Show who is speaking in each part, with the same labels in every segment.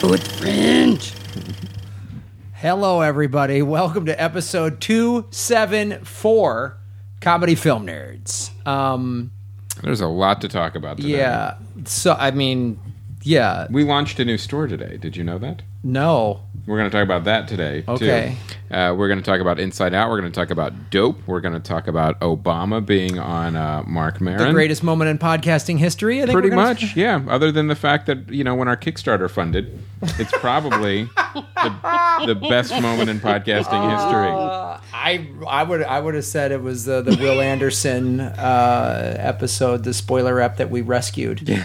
Speaker 1: good friend.
Speaker 2: Hello, everybody. Welcome to episode 274 Comedy Film Nerds. Um,
Speaker 3: There's a lot to talk about today.
Speaker 2: yeah. So, I mean, yeah.
Speaker 3: We launched a new store today. Did you know that?
Speaker 2: No.
Speaker 3: We're going to talk about that today,
Speaker 2: Okay.
Speaker 3: too. Uh, we're going to talk about Inside Out. We're going to talk about Dope. We're going to talk about Obama being on uh, Mark Maron.
Speaker 2: The greatest moment in podcasting history, I think.
Speaker 3: Pretty
Speaker 2: we're gonna-
Speaker 3: much, yeah. Other than the fact that, you know, when our Kickstarter funded, it's probably the, the best moment in podcasting history.
Speaker 2: Uh, I, I would I would have said it was uh, the Will Anderson uh, episode, the spoiler app that we rescued.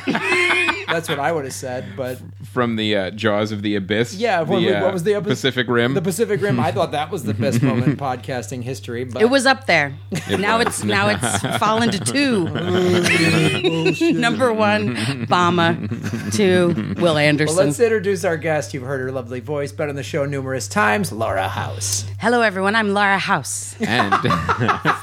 Speaker 2: That's what I would have said, but
Speaker 3: From the uh, Jaws of the Abyss.
Speaker 2: yeah, what,
Speaker 3: the,
Speaker 2: we- what
Speaker 3: uh,
Speaker 2: was the episode?
Speaker 3: Pacific Rim.
Speaker 2: The Pacific Rim. I thought that was the best moment in podcasting history, but
Speaker 1: It was up there. now
Speaker 3: was.
Speaker 1: it's now it's fallen to two.
Speaker 2: Mm.
Speaker 1: Number one, Bama. Two, Will Anderson.
Speaker 2: Let's introduce our guest. You've heard her lovely voice, been on the show numerous times, Laura House.
Speaker 1: Hello, everyone. I'm Laura House.
Speaker 3: and,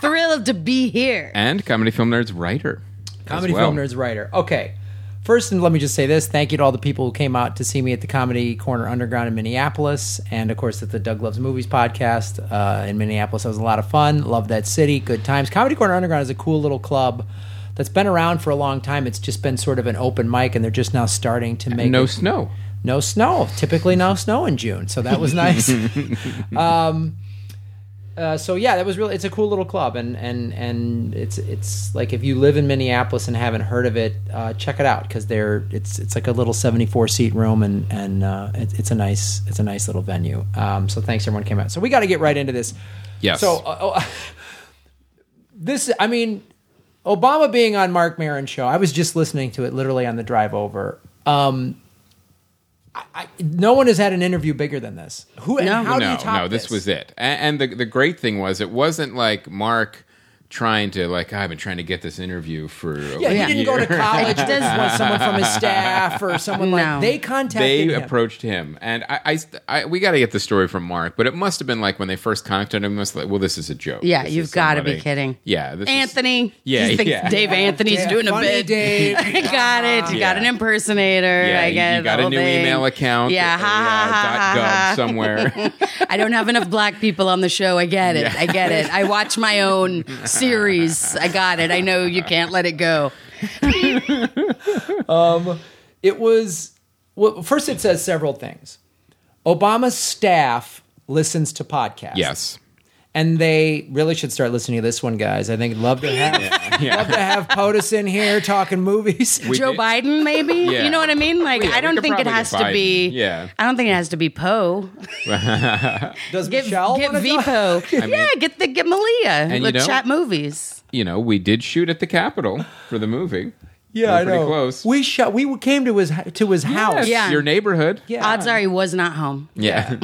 Speaker 1: Thrilled to be here.
Speaker 3: and Comedy Film Nerds writer. as
Speaker 2: Comedy
Speaker 3: well.
Speaker 2: Film Nerds writer. Okay. First, and let me just say this thank you to all the people who came out to see me at the Comedy Corner Underground in Minneapolis, and of course at the Doug Loves Movies podcast uh, in Minneapolis. That was a lot of fun. Love that city. Good times. Comedy Corner Underground is a cool little club that's been around for a long time. It's just been sort of an open mic, and they're just now starting to make
Speaker 3: No
Speaker 2: it-
Speaker 3: snow.
Speaker 2: no snow. Typically, no snow in June, so that was nice. um, uh, so yeah, that was really. It's a cool little club, and and and it's it's like if you live in Minneapolis and haven't heard of it, uh, check it out because they're it's it's like a little seventy four seat room, and and uh, it, it's a nice it's a nice little venue. Um, so thanks everyone who came out. So we got to get right into this.
Speaker 3: Yes.
Speaker 2: So uh, oh, this, I mean, Obama being on Mark Maron's show, I was just listening to it literally on the drive over. Um, I, I, no one has had an interview bigger than this. Who? and
Speaker 1: No.
Speaker 2: how do
Speaker 3: no,
Speaker 2: you top
Speaker 3: no, this, was it. A- And, and the the great thing was, it wasn't like Mark trying to like I've been trying to get this interview for.
Speaker 2: Yeah,
Speaker 3: a
Speaker 2: he
Speaker 1: Yeah.
Speaker 2: didn't go to college.
Speaker 1: It
Speaker 2: This
Speaker 1: does-
Speaker 2: was someone from his staff or someone like
Speaker 1: No.
Speaker 2: they contacted
Speaker 3: They
Speaker 2: him.
Speaker 3: approached him, and I, I, st- I we got to get the story from Mark, but it must have been like when they first contacted him. it Must like, well, this is a joke.
Speaker 1: Yeah,
Speaker 3: This
Speaker 1: you've
Speaker 3: is
Speaker 1: gotta be
Speaker 3: somebody-
Speaker 1: kidding.
Speaker 3: Yeah, this is-
Speaker 1: Anthony.
Speaker 3: Yeah,
Speaker 1: He thinks
Speaker 3: yeah.
Speaker 1: Dave Anthony's
Speaker 2: Yeah,
Speaker 1: doing a
Speaker 2: funny
Speaker 1: bit.
Speaker 2: Dave.
Speaker 1: I got it. You got
Speaker 3: Yeah.
Speaker 1: an impersonator.
Speaker 3: yeah,
Speaker 1: I
Speaker 3: you-
Speaker 1: get
Speaker 3: you got a
Speaker 1: the whole
Speaker 3: new
Speaker 1: thing.
Speaker 3: email account.
Speaker 1: Yeah,
Speaker 3: uh,
Speaker 1: ha, ha, ha,
Speaker 3: dot
Speaker 1: ha,
Speaker 3: gov
Speaker 1: ha.
Speaker 3: somewhere.
Speaker 1: I don't have enough black people on the show. I get it. I get it. I watch my own series. I got it. I know you can't let it go.
Speaker 2: it was well, first it says several things. Obama's staff listens to podcasts.
Speaker 3: yes,
Speaker 2: and they really should start listening to this one, guys. I think love to have love to have POTUS in here talking movies.
Speaker 3: We
Speaker 1: Joe
Speaker 3: did-
Speaker 1: Biden, maybe?
Speaker 3: Yeah.
Speaker 1: You know what I mean? Like,
Speaker 3: Yeah,
Speaker 1: I
Speaker 3: we
Speaker 1: don't
Speaker 3: could
Speaker 1: think it
Speaker 3: probably
Speaker 1: has
Speaker 3: get
Speaker 1: to be.
Speaker 3: Biden. Yeah.
Speaker 1: I don't think it has to be Poe.
Speaker 2: Does
Speaker 1: Get,
Speaker 2: Michelle
Speaker 1: get
Speaker 2: wanna
Speaker 1: V
Speaker 2: talk?
Speaker 1: Poe. yeah, get the get Malia.
Speaker 3: you
Speaker 1: Let's
Speaker 3: know-
Speaker 1: chat movies.
Speaker 3: you know we did shoot at the Capitol for the movie.
Speaker 2: Yeah,
Speaker 3: We're
Speaker 2: I
Speaker 3: pretty
Speaker 2: know.
Speaker 3: close.
Speaker 2: We shot. We came to his to his house.
Speaker 1: Oh, Yeah.
Speaker 3: your neighborhood.
Speaker 2: Yeah.
Speaker 1: Odds are he was not home.
Speaker 3: yeah.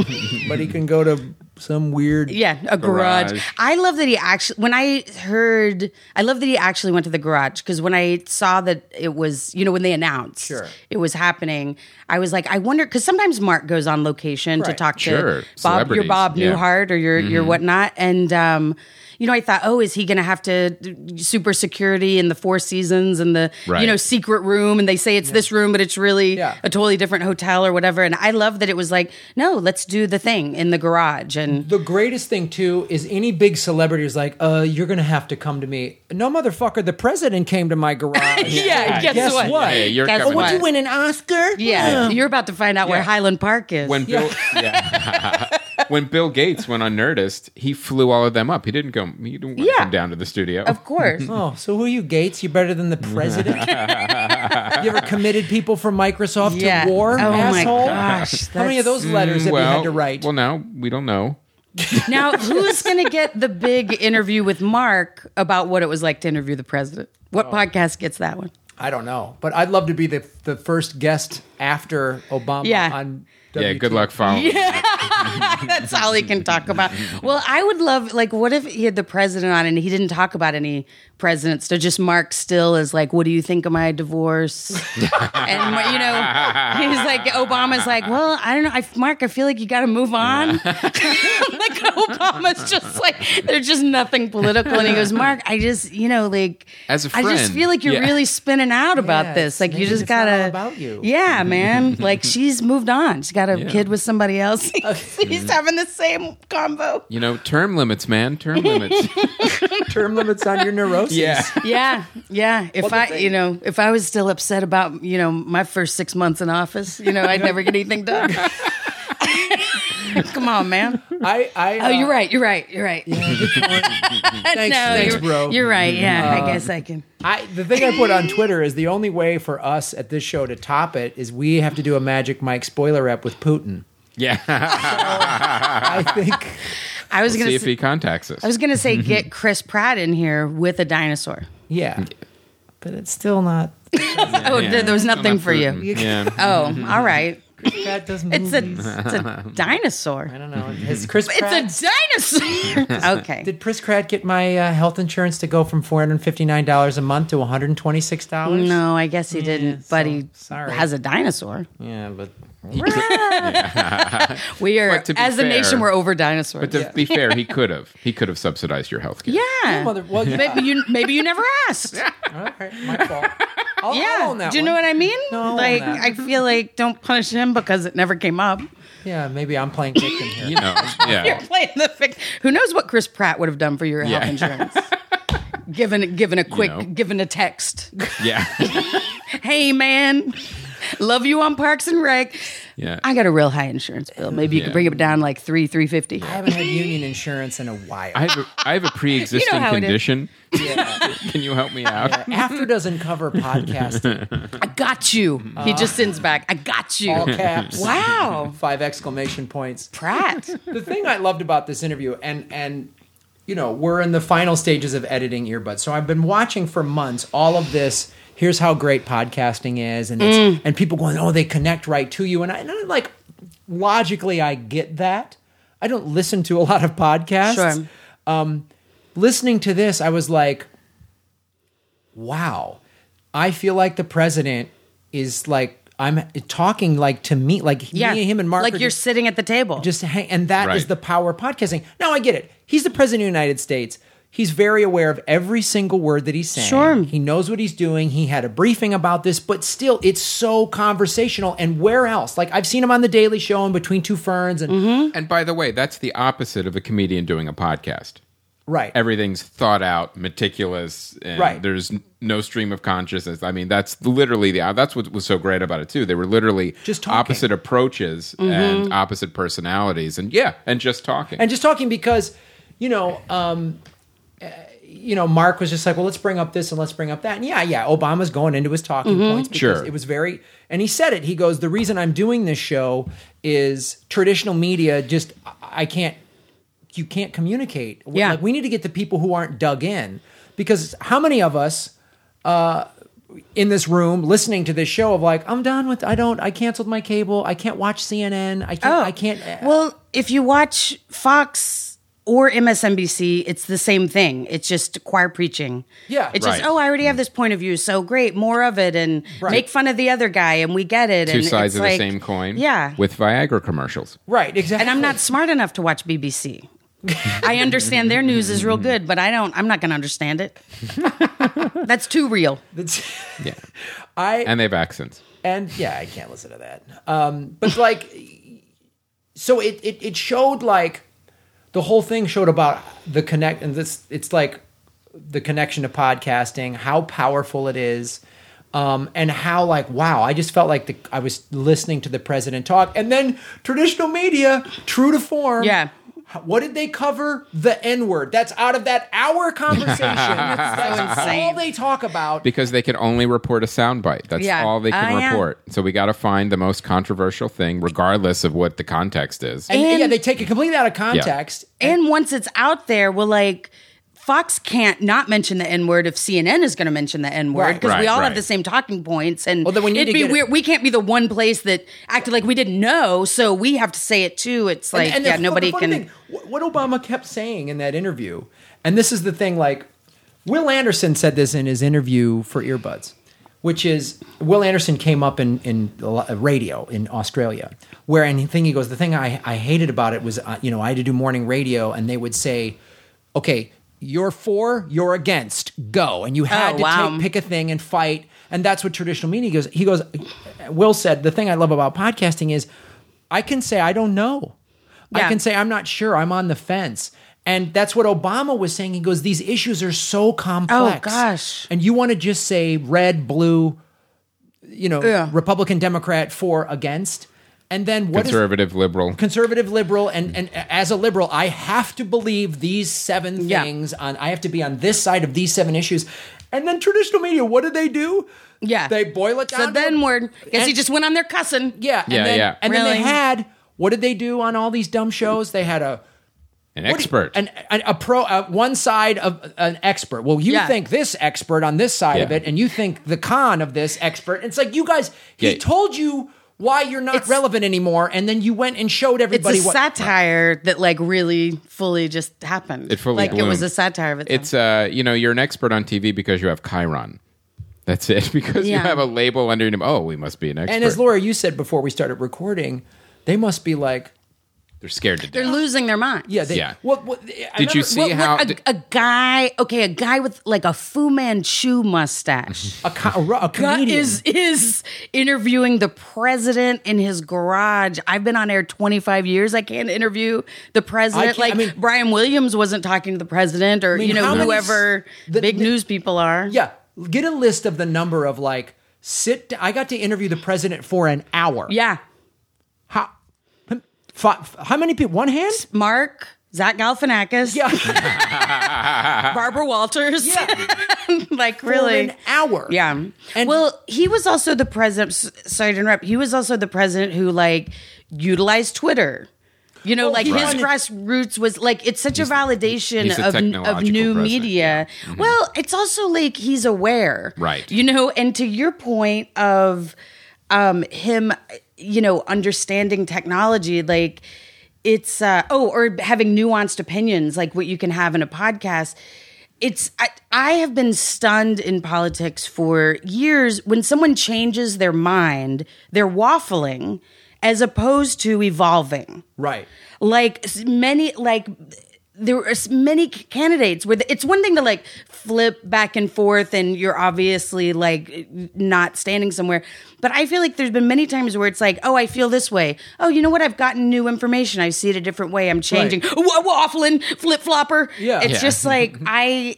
Speaker 2: but he can go to some weird.
Speaker 1: Yeah, a garage.
Speaker 3: Garage.
Speaker 1: I love that he actually. When I heard, I love that he actually went to the garage because when I saw that it was, you know, when they announced
Speaker 2: Sure.
Speaker 1: it was happening, I was like, I wonder because sometimes Mark goes on location to
Speaker 2: Right.
Speaker 1: talk to
Speaker 3: Sure.
Speaker 1: Bob, your
Speaker 3: Celebrities,
Speaker 1: Bob
Speaker 3: yeah. Mm-hmm.
Speaker 1: Newhart or your your whatnot, and um, you know, I thought, oh, is he going to have to d- super security in the Four Seasons and the you
Speaker 3: Right.
Speaker 1: know secret room, and they say it's this room, but it's really
Speaker 2: Yeah.
Speaker 1: a totally different hotel or whatever. And I love that it was like, no, let's do the thing in the garage and.
Speaker 2: The greatest thing too is any big celebrity is like, "Uh, you're gonna have to come to me." No, motherfucker, the president came to my garage.
Speaker 1: Yeah, guess,
Speaker 2: guess
Speaker 1: what?
Speaker 2: what? Yeah,
Speaker 3: you're
Speaker 1: guess
Speaker 3: covered.
Speaker 1: what?
Speaker 3: Would
Speaker 2: you win an Oscar?
Speaker 1: Yeah, you're about to find out where
Speaker 2: Yeah.
Speaker 1: Highland Park is.
Speaker 3: when Bill Yeah. when Bill Gates went on Nerdist, he flew all of them up. He didn't go. He didn't want
Speaker 1: Yeah.
Speaker 3: to come down to the studio.
Speaker 1: of course.
Speaker 2: Oh, so who are you, Gates? You better than the president? you ever committed people from Microsoft
Speaker 1: yeah.
Speaker 2: to war,
Speaker 1: oh
Speaker 2: asshole?
Speaker 1: my gosh.
Speaker 2: How many of
Speaker 1: that's-
Speaker 2: those letters have you
Speaker 3: well,
Speaker 2: had to write?
Speaker 3: Well, now we don't know.
Speaker 1: Now, who's going to get the big interview with Mark about what it was like to interview the president? What podcast gets that one?
Speaker 2: I don't know, but I'd love to be the the first guest after Obama.
Speaker 1: Yeah.
Speaker 2: On
Speaker 3: Yeah.
Speaker 2: WT.
Speaker 3: Good luck following.
Speaker 1: That's all he can talk about. Well, I would love, like, what if he had the president on and he didn't talk about any presidents? So just Mark Still is like, what do you think of my divorce? and, you know, he's like, Obama's like, well, I don't know. I, Mark, I feel like you got to move on. like, Obama's just like there's just nothing political, and he goes, "Mark, I just you know like
Speaker 3: As a
Speaker 1: I just
Speaker 3: friend,
Speaker 1: feel like you're
Speaker 3: yeah.
Speaker 1: really spinning out about
Speaker 2: Yeah, it's-
Speaker 1: this. Like you
Speaker 2: maybe
Speaker 1: just
Speaker 2: it's not all
Speaker 1: gotta
Speaker 2: about you. Mm-hmm.
Speaker 1: Yeah, man. like she's moved on. She's got a kid with somebody else. He's having the same combo.
Speaker 3: You know, term limits, man. Term limits.
Speaker 2: Term limits on your neurosis.
Speaker 4: Yeah.
Speaker 1: Yeah, yeah. If
Speaker 2: the
Speaker 1: I,
Speaker 2: thing-
Speaker 1: you know, if I was still upset about, you know, my first six months in office, you know, I'd never get anything done. Come on, man.
Speaker 2: I, I, uh,
Speaker 1: Oh, you're right. You're right. You're right.
Speaker 2: Thanks,
Speaker 1: no,
Speaker 2: thanks,
Speaker 1: you're,
Speaker 2: bro. Mm-hmm. Uh,
Speaker 1: You're right. Yeah, I guess I can.
Speaker 2: I, the thing I put on Twitter is the only way for us at this show to top it is we have to do a Magic Mike spoiler rep with Putin.
Speaker 3: yeah.
Speaker 2: I think
Speaker 1: I was
Speaker 3: See
Speaker 1: gonna.
Speaker 3: if
Speaker 1: Say,
Speaker 3: he contacts us.
Speaker 1: I was gonna
Speaker 2: Mm-hmm.
Speaker 1: say get Chris Pratt in here with a dinosaur.
Speaker 2: Yeah. But it's still not.
Speaker 1: Oh, th- there was nothing for you.
Speaker 3: Mm-hmm. Yeah.
Speaker 1: Oh, all right.
Speaker 2: That doesn't.
Speaker 1: It's a, it's a
Speaker 2: I
Speaker 1: dinosaur.
Speaker 2: don't know. Has Chris Pratt,
Speaker 1: It's a dinosaur. okay.
Speaker 2: did Chris Pratt get my uh, health insurance to go from four hundred fifty nine dollars a month to one hundred twenty six dollars?
Speaker 1: No, I guess he didn't.
Speaker 2: so-
Speaker 1: but he
Speaker 2: sorry.
Speaker 1: has a dinosaur.
Speaker 2: Yeah, but
Speaker 1: We are,
Speaker 3: But to be
Speaker 1: as a
Speaker 3: fair-
Speaker 1: nation, we're over dinosaurs.
Speaker 3: But to be fair, he could have. He could have subsidized your health care.
Speaker 1: yeah.
Speaker 2: mother. Well, yeah.
Speaker 1: Maybe you, maybe you never asked.
Speaker 2: All right, my fault. I'll,
Speaker 1: yeah.
Speaker 2: I'll own that
Speaker 1: Do you know
Speaker 2: one.
Speaker 1: what I mean?
Speaker 2: No, I'll own
Speaker 1: like,
Speaker 2: that.
Speaker 1: I feel like don't punish him because it never came up.
Speaker 2: Yeah, maybe I'm playing victim here.
Speaker 3: You know.
Speaker 1: You're
Speaker 3: Yeah.
Speaker 1: playing the fic. Who knows what Chris Pratt would have done for your
Speaker 3: Yeah.
Speaker 1: health insurance? given, given a quick,
Speaker 3: know.
Speaker 1: given a text.
Speaker 3: Yeah.
Speaker 1: hey, man, love you on Parks and Rec.
Speaker 3: Yeah.
Speaker 1: I got a real high insurance bill. Maybe you
Speaker 3: Yeah.
Speaker 1: could bring it down like three, three fifty.
Speaker 2: I haven't had union insurance in a while.
Speaker 3: I have a, I have a pre-existing
Speaker 1: You know how it is.
Speaker 3: condition.
Speaker 2: yeah.
Speaker 3: Can you help me out?
Speaker 2: After doesn't cover podcasting.
Speaker 1: I got you. he just sends back. I got you.
Speaker 2: All caps.
Speaker 1: Wow.
Speaker 2: Five exclamation points.
Speaker 1: Pratt.
Speaker 2: the thing I loved about this interview, and and you know, we're in the final stages of editing earbuds. So I've been watching for months all of this. Here's how great podcasting is, and it's,
Speaker 1: Mm.
Speaker 2: and people going, oh, they connect right to you, and I, and I'm like, logically, I get that. I don't listen to a lot of podcasts.
Speaker 1: Sure.
Speaker 2: Um, listening to this, I was like, wow, I feel like the president is like. I'm talking like to me, like
Speaker 1: Yeah.
Speaker 2: me and him and Mark.
Speaker 1: Like
Speaker 2: are
Speaker 1: you're
Speaker 2: just-
Speaker 1: sitting at the table.
Speaker 2: just hang, and that is
Speaker 3: Right.
Speaker 2: the power of podcasting. Now I get it. He's the president of the United States. He's very aware of every single word that he's saying.
Speaker 1: Sure.
Speaker 2: He knows what he's doing. He had a briefing about this, but still, it's so conversational. And where else? Like I've seen him on the Daily Show and Between Two Ferns, and
Speaker 3: And by the way, that's the opposite of a comedian doing a podcast.
Speaker 2: right,
Speaker 3: Everything's thought out, meticulous, and
Speaker 2: Right.
Speaker 3: there's n- no stream of consciousness. I mean, that's literally the that's what was so great about it too. They were literally
Speaker 2: Just talking. Mm-hmm.
Speaker 3: opposite approaches and opposite personalities, and yeah, and just talking.
Speaker 2: and just talking because you know um uh, you know mark was just like well let's bring up this and let's bring up that and yeah yeah obama's going into his talking
Speaker 1: Mm-hmm.
Speaker 2: points because
Speaker 3: Sure.
Speaker 2: it was very and he said it he goes the reason i'm doing this show is traditional media just I- i can't you can't communicate
Speaker 1: Yeah.
Speaker 2: like we need to get the people who aren't dug in because how many of us uh, in this room listening to this show of like i'm done with i don't i canceled my cable i can't watch cnn i can't i can't uh,
Speaker 1: Oh.
Speaker 2: eh."
Speaker 1: Well, if you watch Fox or MSNBC, it's the same thing. It's just choir preaching.
Speaker 2: Yeah.
Speaker 1: It's
Speaker 3: Right. Mm.
Speaker 1: just, oh, I already have this point of view, so great, more of it, and
Speaker 2: Right.
Speaker 1: make fun of the other guy, and we get it.
Speaker 3: Two
Speaker 1: and
Speaker 3: sides
Speaker 1: it's
Speaker 3: of
Speaker 1: like-
Speaker 3: the same coin.
Speaker 1: Yeah.
Speaker 3: With Viagra commercials.
Speaker 2: right exactly
Speaker 1: and I'm not smart enough to watch BBC. I understand their news is real good, but I don't. I'm not going to understand it. That's too real.
Speaker 3: Yeah.
Speaker 2: i
Speaker 3: And they have accents.
Speaker 2: and yeah, I can't listen to that. Um, but like, so it, it it showed like the whole thing showed about the connect, and this it's like the connection to podcasting, how powerful it is, um, and how like wow, I just felt like the, I was listening to the president talk, and then traditional media, true to form,
Speaker 1: Yeah.
Speaker 2: What did they cover? The N word. That's out of that hour conversation. That's, all
Speaker 1: insane.
Speaker 2: they talk about.
Speaker 3: Because they can only report a soundbite. That's
Speaker 1: Yeah.
Speaker 3: all they can
Speaker 1: Ah, yeah.
Speaker 3: report. So we got to find the most controversial thing, regardless of what the context is.
Speaker 2: And,
Speaker 1: And-
Speaker 2: yeah, they take it completely out of context.
Speaker 1: And once it's out there, well, like Fox can't not mention the N word if CNN is going to mention the N word
Speaker 2: Right.
Speaker 1: because
Speaker 3: Right,
Speaker 1: we all
Speaker 3: right.
Speaker 1: have the same talking points. And
Speaker 2: Well, then we need
Speaker 1: it'd
Speaker 2: to
Speaker 1: be
Speaker 2: get it-
Speaker 1: weird. We can't be the one place that acted like we didn't know, so we have to say it too. It's like
Speaker 2: And- and the
Speaker 1: yeah,
Speaker 2: fu- the
Speaker 1: nobody
Speaker 2: funny
Speaker 1: can.
Speaker 2: thing, wh- what Obama kept saying in that interview, and this is the thing, like Will Anderson said this in his interview for Earbuds. which is Will Anderson came up in in a lo- radio in Australia, where and the thing he goes, the thing I I hated about it was uh, you know I had to do morning radio and they would say, okay, you're for, you're against, go, and you had
Speaker 1: Oh,
Speaker 2: to
Speaker 1: wow.
Speaker 2: take, pick a thing and fight, and that's what traditional media goes. He goes, Will said the thing I love about podcasting is I can say I don't know. I
Speaker 1: Yeah.
Speaker 2: can say I'm not sure. I'm on the fence. And that's what Obama was saying. He goes, These issues are so complex.
Speaker 1: Oh, gosh.
Speaker 2: And you want to just say red, blue, you know,
Speaker 1: Yeah.
Speaker 2: Republican, Democrat, for, against. And then what is
Speaker 3: Conservative, liberal.
Speaker 2: conservative, liberal,
Speaker 1: Mm.
Speaker 2: and, and as a liberal, I have to believe these seven
Speaker 1: Yeah.
Speaker 2: things on I have to be on this side of these seven issues. And then traditional media, what do they do?
Speaker 1: Yeah.
Speaker 2: They boil it down.
Speaker 1: So
Speaker 2: to-
Speaker 1: then word, guess he
Speaker 2: And-
Speaker 1: just went on there cussing.
Speaker 2: yeah, and
Speaker 3: Yeah,
Speaker 2: then,
Speaker 3: yeah.
Speaker 2: And then they
Speaker 1: Really?
Speaker 2: had what did they do on all these dumb shows? They had a what
Speaker 3: An
Speaker 2: do you-
Speaker 3: expert.
Speaker 2: an, an- a pro, uh, one side of an expert. Well, you
Speaker 1: Yeah.
Speaker 2: think this expert on this side of
Speaker 3: Yeah.
Speaker 2: it, and you think the con of this expert. It's like you guys, he
Speaker 3: Yeah.
Speaker 2: told you why you're not
Speaker 1: It's-
Speaker 2: relevant anymore, and then you went and showed
Speaker 1: It's a
Speaker 2: everybody what.
Speaker 1: satire that like really fully just happened. It
Speaker 3: fully
Speaker 1: like it was
Speaker 3: bloomed.
Speaker 1: a satire of itself.
Speaker 3: it's uh, you know, you're an expert on TV because you have Chiron. That's it. Because you
Speaker 1: Yeah.
Speaker 3: have a label under your name. Oh, we must be an expert.
Speaker 2: and as Laura, you said before we started recording, they must be like,
Speaker 3: they're scared to
Speaker 1: They're
Speaker 3: death.
Speaker 1: losing their mind.
Speaker 2: yeah, they,
Speaker 3: Yeah.
Speaker 2: What, what, I
Speaker 3: Did you
Speaker 2: remember-
Speaker 3: see
Speaker 1: Well,
Speaker 3: how
Speaker 1: like a, a guy, okay, a guy with like a Fu Manchu mustache
Speaker 2: a, co- a, ro- a
Speaker 1: got-
Speaker 2: comedian?
Speaker 1: is is interviewing the president in his garage. I've been on air 25 years. I can't interview the
Speaker 2: I
Speaker 1: president.
Speaker 2: can't-
Speaker 1: Like
Speaker 2: I mean-
Speaker 1: Brian Williams wasn't talking to the president or
Speaker 2: mean,
Speaker 1: you
Speaker 2: how
Speaker 1: know
Speaker 2: many s-
Speaker 1: whoever
Speaker 2: the-
Speaker 1: big
Speaker 2: the-
Speaker 1: news people are.
Speaker 2: yeah, get a list of the number of like sit. I got to interview the president for an hour.
Speaker 1: Yeah.
Speaker 2: How, five, how many people? One hand?
Speaker 1: Mark, Zach Galifianakis,
Speaker 2: Yeah.
Speaker 1: Barbara Walters. like
Speaker 2: really
Speaker 1: really
Speaker 2: an hour.
Speaker 1: Yeah.
Speaker 2: And-
Speaker 1: well, he was also the president. s- Sorry to interrupt. He was also the president who like utilized Twitter. You know,
Speaker 2: Oh,
Speaker 1: like
Speaker 2: he
Speaker 1: his
Speaker 2: wanted-
Speaker 1: grassroots was like it's such a validation
Speaker 3: he's a
Speaker 1: of, of
Speaker 3: technological
Speaker 1: new
Speaker 3: president,
Speaker 1: media. Well, it's also like he's aware,
Speaker 3: Right.
Speaker 1: You know, and to your point of um, him, you know, understanding technology, like it's uh, oh, or having nuanced opinions, like what you can have in a podcast it's I, I have been stunned in politics for years when someone changes their mind they're waffling as opposed to evolving
Speaker 2: Right.
Speaker 1: like s- many like there are s- many c- candidates where the, it's one thing to like flip back and forth and you're obviously like not standing somewhere but i feel like there's been many times where it's like oh i feel this way oh you know what i've gotten new information i see it a different way i'm changing
Speaker 2: Right.
Speaker 1: Wa- waffling flip flopper
Speaker 2: Yeah.
Speaker 1: it's
Speaker 2: Yeah.
Speaker 1: just like i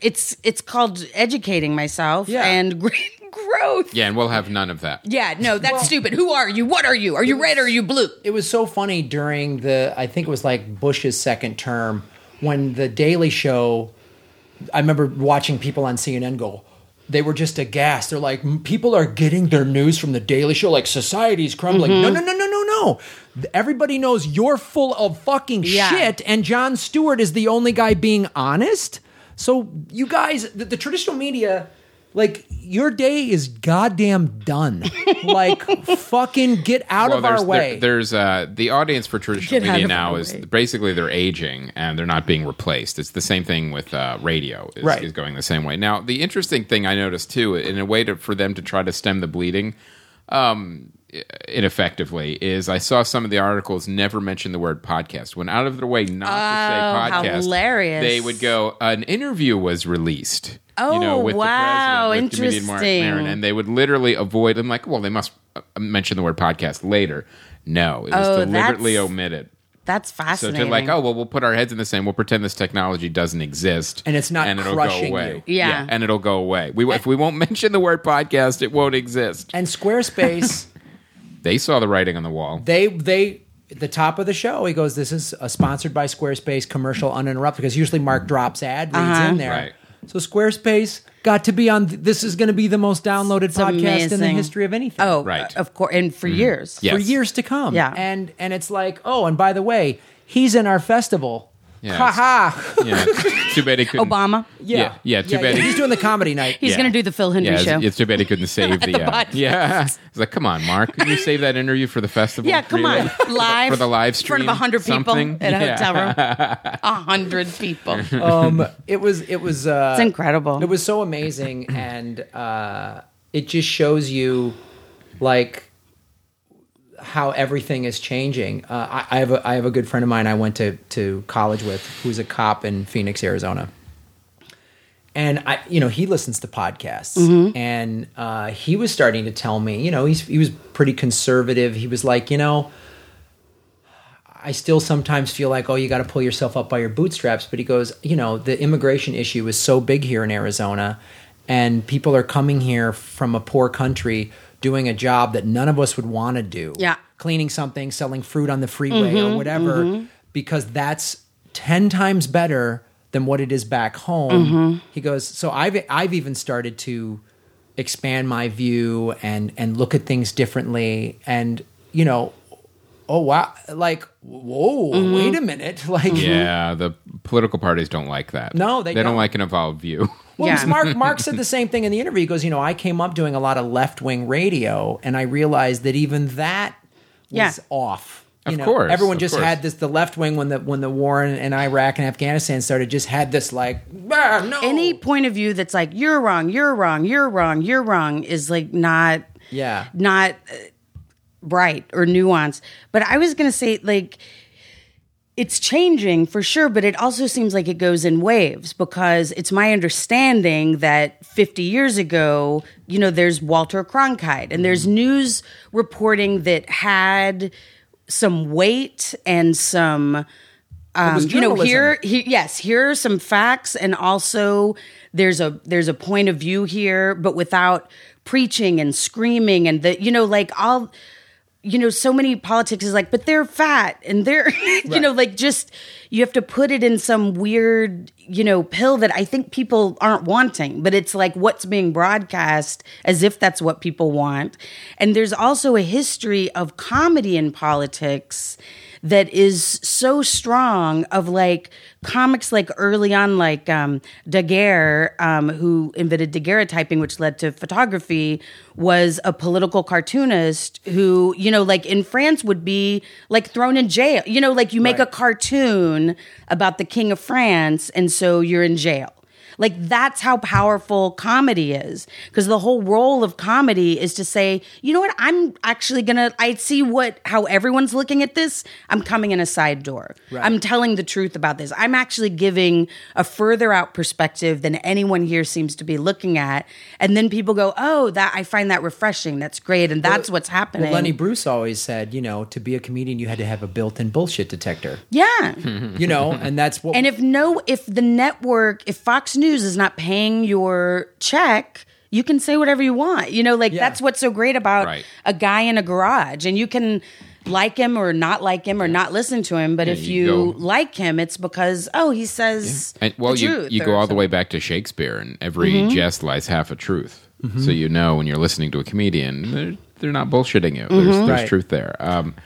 Speaker 1: it's it's called educating myself
Speaker 2: Yeah.
Speaker 1: and growth
Speaker 3: Yeah, and we'll have none of that.
Speaker 1: yeah no that's stupid who are you what are you are you red or are you blue
Speaker 2: It was so funny during the I think it was like Bush's second term when the Daily Show I remember watching people on CNN go they were just aghast. They're like, "M- people are getting their news from the Daily Show. Like, society's crumbling. No, no, no, no, no, no. Th- Everybody knows you're full of fucking
Speaker 1: Yeah.
Speaker 2: shit, and John Stewart is the only guy being honest. So, you guys, the, the traditional media, like, your day is goddamn done. like, fucking get out of
Speaker 3: there's,
Speaker 2: our way.
Speaker 3: There, there's uh, the audience for traditional
Speaker 1: Get out
Speaker 3: media
Speaker 1: of
Speaker 3: now
Speaker 1: our
Speaker 3: is
Speaker 1: way.
Speaker 3: basically they're aging and they're not being replaced. It's the same thing with uh, radio is,
Speaker 2: Right.
Speaker 3: is going the same way. Now the interesting thing I noticed too, in a way to, for them to try to stem the bleeding, um, i- ineffectively, is I saw some of the articles never mention the word podcast. Went out of their way not
Speaker 1: Oh, how
Speaker 3: to say podcast.
Speaker 1: hilarious.
Speaker 3: They would go. An interview was released. you know,
Speaker 1: Oh,
Speaker 3: with the
Speaker 1: wow,
Speaker 3: president, with comedian Mark Maron,
Speaker 1: interesting.
Speaker 3: and they would literally avoid. I'm like, well, they must uh, mention the word podcast later. No, it was
Speaker 1: Oh,
Speaker 3: deliberately
Speaker 1: that's
Speaker 3: omitted.
Speaker 1: That's
Speaker 3: So
Speaker 1: fascinating.
Speaker 3: they're like, oh, well, we'll put our heads in the sand. We'll pretend this technology doesn't exist,
Speaker 2: And it's not crushing
Speaker 3: go away.
Speaker 2: you.
Speaker 1: Yeah.
Speaker 3: and it'll go away. We if we won't mention the word podcast, it won't exist.
Speaker 2: and Squarespace.
Speaker 3: They saw the writing on the wall.
Speaker 2: they they at the top of the show he goes this is uh sponsored by squarespace commercial uninterrupted because usually mark drops ad reads
Speaker 1: Uh-huh.
Speaker 2: in there
Speaker 3: Right.
Speaker 2: so squarespace got to be on th- this is going to be the most downloaded podcast in the
Speaker 1: amazing.
Speaker 2: history of anything
Speaker 1: oh,
Speaker 3: Right. Mm-hmm.
Speaker 1: right. Of course, and for years.
Speaker 3: Yeah.
Speaker 2: for
Speaker 3: yes.
Speaker 2: years to come
Speaker 1: Yeah.
Speaker 2: and and it's like oh and by the way he's in our festival
Speaker 3: Yeah,
Speaker 2: ha ha
Speaker 3: Yeah, too bad he couldn't.
Speaker 1: Obama.
Speaker 2: yeah
Speaker 3: yeah, too bad he-
Speaker 2: he's doing the comedy night
Speaker 1: He's
Speaker 3: Yeah.
Speaker 1: going to do the Phil Hendry
Speaker 3: Yeah, it's,
Speaker 1: show.
Speaker 3: it's too bad he couldn't save the,
Speaker 1: the
Speaker 3: uh,
Speaker 1: podcast.
Speaker 3: yeah. It's like, come on, Mark, can you save that interview for the festival?
Speaker 1: yeah, come
Speaker 3: Really?
Speaker 1: on. Live.
Speaker 3: for the live
Speaker 1: In front
Speaker 3: stream,
Speaker 1: of 100 people
Speaker 3: something?
Speaker 1: at a
Speaker 3: Yeah.
Speaker 1: hotel room. 100 people.
Speaker 2: um it was it was uh
Speaker 1: It's incredible.
Speaker 2: It was so amazing, and uh, it just shows you like how everything is changing. Uh, I, I have a I have a good friend of mine I went to to college with who's a cop in Phoenix, Arizona. And I, you know, he listens to podcasts, and uh, he was starting to tell me, you know, he's he was pretty conservative. He was like, you know, I still sometimes feel like, oh, you got to pull yourself up by your bootstraps. But he goes, you know, the immigration issue is so big here in Arizona, and people are coming here from a poor country doing a job that none of us would want to do.
Speaker 1: Yeah.
Speaker 2: Cleaning something, selling fruit on the freeway or whatever, because that's 10 times better than what it is back home. He goes, so I've, I've even started to expand my view and, and look at things differently. And, you know, oh wow like whoa
Speaker 1: Mm-hmm.
Speaker 2: wait a minute like
Speaker 3: Yeah, the political parties don't like that.
Speaker 2: Mm-hmm. No, they
Speaker 3: don't
Speaker 2: don't.
Speaker 3: like an evolved view.
Speaker 2: well
Speaker 1: Yeah.
Speaker 2: mark mark said the same thing in the interview he goes you know i came up doing a lot of left-wing radio and i realized that even that was
Speaker 1: Yeah.
Speaker 2: off you
Speaker 3: Of
Speaker 2: know,
Speaker 3: course,
Speaker 2: everyone
Speaker 3: of
Speaker 2: just
Speaker 3: course.
Speaker 2: had this the left wing when the when the war in, in iraq and afghanistan started just had this like "Ah, no
Speaker 1: Any point of view that's like you're wrong, you're wrong, you're wrong, you're wrong is like not
Speaker 2: yeah
Speaker 1: not uh, bright or nuanced. But I was going to say, like, it's changing for sure, but it also seems like it goes in waves because it's my understanding that 50 years ago, you know, there's Walter Cronkite and there's news reporting that had some weight and some um, you know
Speaker 2: journalism.
Speaker 1: here he, yes here are some facts and also there's a there's a point of view here but without preaching and screaming and the you know like all you know so many politics is like but they're fat and they're you know like just you have to put it in some weird you know pill that i think people aren't wanting but it's like what's being broadcast as if that's what people want and there's also a history of comedy in politics that is so strong of like comics like early on like um daguerre um who invented daguerreotyping which led to photography was a political cartoonist who you know like in france would be like thrown in jail you know like you make a cartoon about the king of france and so you're in jail like that's how powerful comedy is because the whole role of comedy is to say, you know what, I'm actually going to I see what how everyone's looking at this. I'm coming in a side door. I'm telling the truth about this. I'm actually giving a further out perspective than anyone here seems to be looking at. And then people go, "Oh, that I find that refreshing. That's great." And that's what's happening.
Speaker 2: well, lenny bruce always said you know to be a comedian you had to have a built-in bullshit detector
Speaker 1: yeah.
Speaker 2: you know and that's what
Speaker 1: And if no, if the network, if Fox News is not paying your check, you can say whatever you want. You know, like
Speaker 2: Yeah.
Speaker 1: that's what's so great about
Speaker 3: Right.
Speaker 1: a guy in a garage, and you can like him or not like him or not listen to him. But if
Speaker 3: you
Speaker 1: you,
Speaker 3: go-
Speaker 1: like him, it's because oh, he says
Speaker 3: And, well,
Speaker 1: the
Speaker 3: you
Speaker 1: truth
Speaker 3: you
Speaker 1: or
Speaker 3: go all the
Speaker 1: something.
Speaker 3: way back to Shakespeare, and every
Speaker 2: Mm-hmm.
Speaker 3: jest lies half a truth. So you know when you're listening to a comedian, they're, they're not bullshitting you. There's, there's
Speaker 2: Mm-hmm. Right.
Speaker 3: truth there. Um,